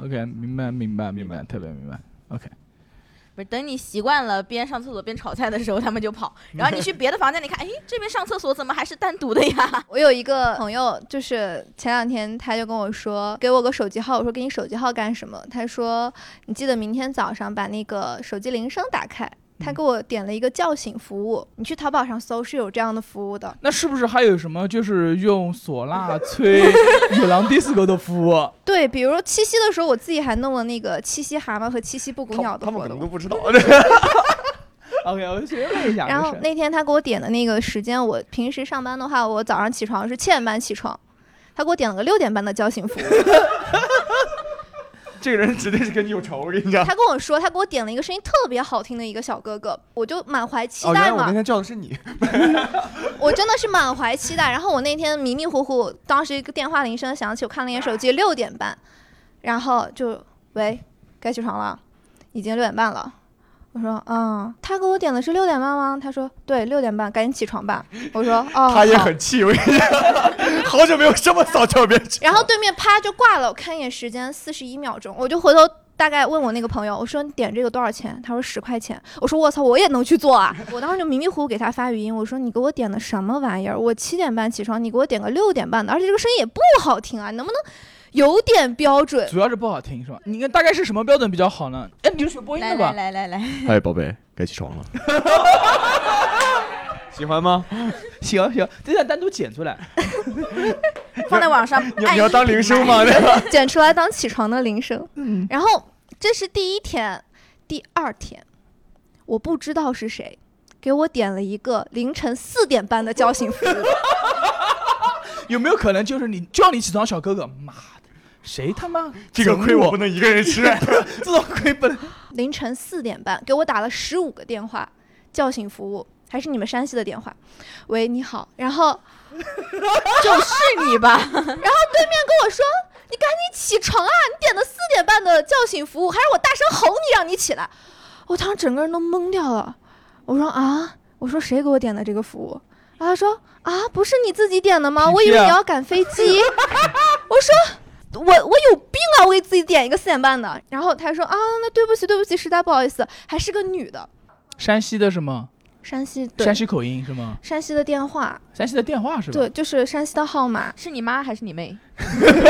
OK，明白，明白，明白，特别明白。
不是，等你习惯了边上厕所边炒菜的时候，他们就跑。然后你去别的房间里看，哎，这边上厕所怎么还是单独的呀？
我有一个朋友，就是前两天他就跟我说，给我个手机号，我说给你手机号干什么？他说你记得明天早上把那个手机铃声打开。
嗯
他给我点了一个叫醒服务，你去淘宝上搜是有这样的服务
嗯
的。
那是不是还有什么就是用唢呐吹野狼 disco 的服务？
对，比如七夕的时候，我自己还弄了那个七夕蛤蟆和七夕布谷鸟
他
的
们
活
可能
动
都。不知道，啊
OK，我随便问一下。
然后
没事
那天他给我点的那个时间，我平时上班的话，我早上起床是七点半起床，他给我点了个六点半的叫醒服务。
这个人指定是跟你有仇，我跟你讲。
他跟我说，他给我点了一个声音特别好听的一个小哥哥，我就满怀期
哦，原
待
来我
嘛，
那天叫的是你， [laughs]
我真的是满怀期待。然后我那天迷迷糊糊，当时一个电话铃声响起，我看了一眼手机，六点半，然后就喂，该起床了，已经六点半了。我说嗯，他给我点的是六点半吗？他说对，六点半，赶紧起床吧。我说哦，
他也
好
很气，我跟你讲， [laughs] 好久没有这么早叫别人起。
然后对面啪就挂了，我看一眼时间，四十一秒钟，我就回头大概问我那个朋友，我说你点这个多少钱？他说十块钱。我说我操，我也能去做啊！ [laughs] 我当时就迷迷糊糊给他发语音，我说你给我点的什么玩意儿？我七点半起床，你给我点个六点半的，而且这个声音也不好听啊，能不能有点标准？
主要是不好听是吧？你应该大概是什么标准比较好呢？哎，你就学播音
来
的
来
吧。
来来来，
哎，宝贝，该起床了。喜欢吗？
行行，这段单独剪出来。 [laughs]
[laughs] 放在网上。
你要当铃声吗？
[laughs] 捡出来当起床的铃声。
嗯
然后这是第一天，第二天，我不知道是谁给我点了一个凌晨四点半的叫醒服
[laughs]
务。
有没有可能就是你叫你起床小哥哥？妈的，谁他妈
[laughs] 这个亏我不能一个人吃，啊
[laughs]
这种亏本。
凌晨四点半给我打了十五个电话，叫醒服务还是你们山西的电话。喂，你好，然后
[laughs] [laughs] 就是你吧？
[laughs] 然后对面跟我说：“你赶紧起床啊！你点的四点半的叫醒服务，还让我大声吼你，让你起来。”我当时整个人都懵掉了。我说：“啊，我说谁给我点的这个服务？”然后他说：“啊，不是你自己点的吗？
啊
我以为你要赶飞机。”
[laughs]
我说。我我有病啊！我给自己点一个四点半的，然后他说啊，那对不起对不起，实在不好意思，还是个女的，
[laughs] 山西的是吗？
山西对
山西口音是吗？
山西的电话，
山西的电啊话是吧？
对，就是山西的号码。
是你妈还是你妹？
[laughs]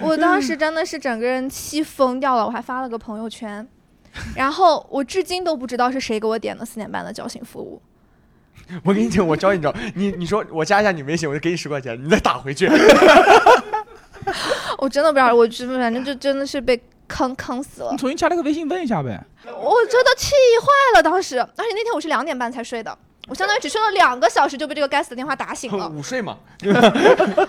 我当时真的是整个人气疯掉了，我还发了个朋友圈，然后我至今都不知道是谁给我点的四点半的叫醒服务。
我跟你讲，我教你一招，你你说我加一下你微信，我就给你十块钱，你再打回去。
我真的不知道，我就反正就真的是被坑坑死了
你。重新加了个微信问一下呗。
我真的气坏了，当时，而且那天我是两点半才睡的，我相当于只睡了两个小时就被这个该死的电话打醒了。
午睡嘛，
[laughs]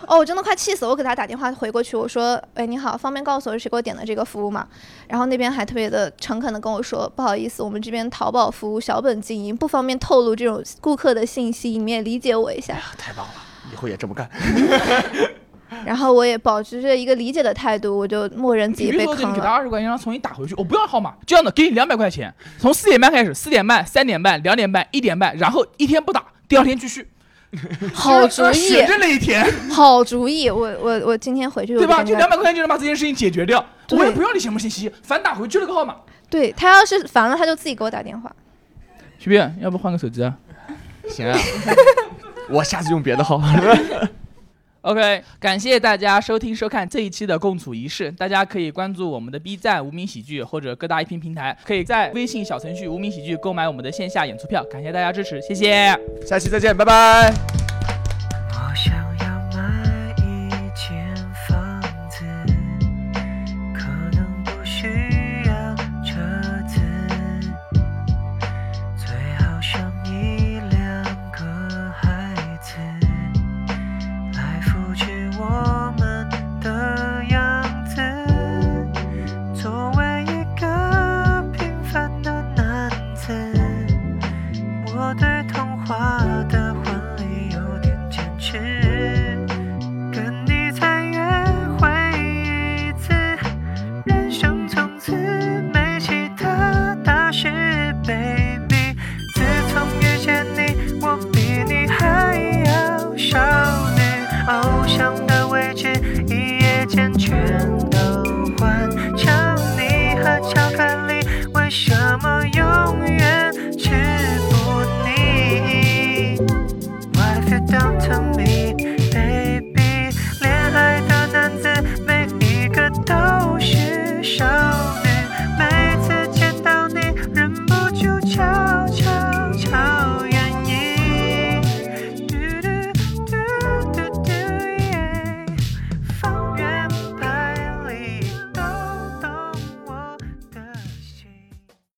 哦，我真的快气死了！我给他打电话回过去，我说：“喂，你好，方便告诉我是谁给我点的这个服务吗？”然后那边还特别的诚恳的跟我说：“不好意思，我们这边淘宝服务小本经营，不方便透露这种顾客的信息，你们也理解我一
哎
下。”
太棒了，以后也这么干。
然后我也保持着一个理解的态度，我就默认自
比
己
如
被
说，
坑
你给他
了。
二十块钱，让他重新打回去。我不要号码，这样的，给你两百块钱，从四点半开始，四点半、三点半、两点半、一点半，然后一天不打，第二天继 [laughs] 续。
好主
就是
意
选，这那一 [laughs] 天，
好主意！我我我今天回去
对吧？就
就跟
两
他
百块钱就能把这件事情解决掉。
对
我也不要你什么信息，反打回去了个号码。
对他要是烦了，他就自己给我打电话。
徐斌，要不换个手机啊？
行啊，我下次用别的号。
OK，感谢大家收听收看这一期的共处一室。大家可以关注我们的 B 站无名喜剧或者各大音频平台，可以在微信小程序无名喜剧购买我们的线下演出票。感谢大家支持，谢谢。
下期再见，拜拜。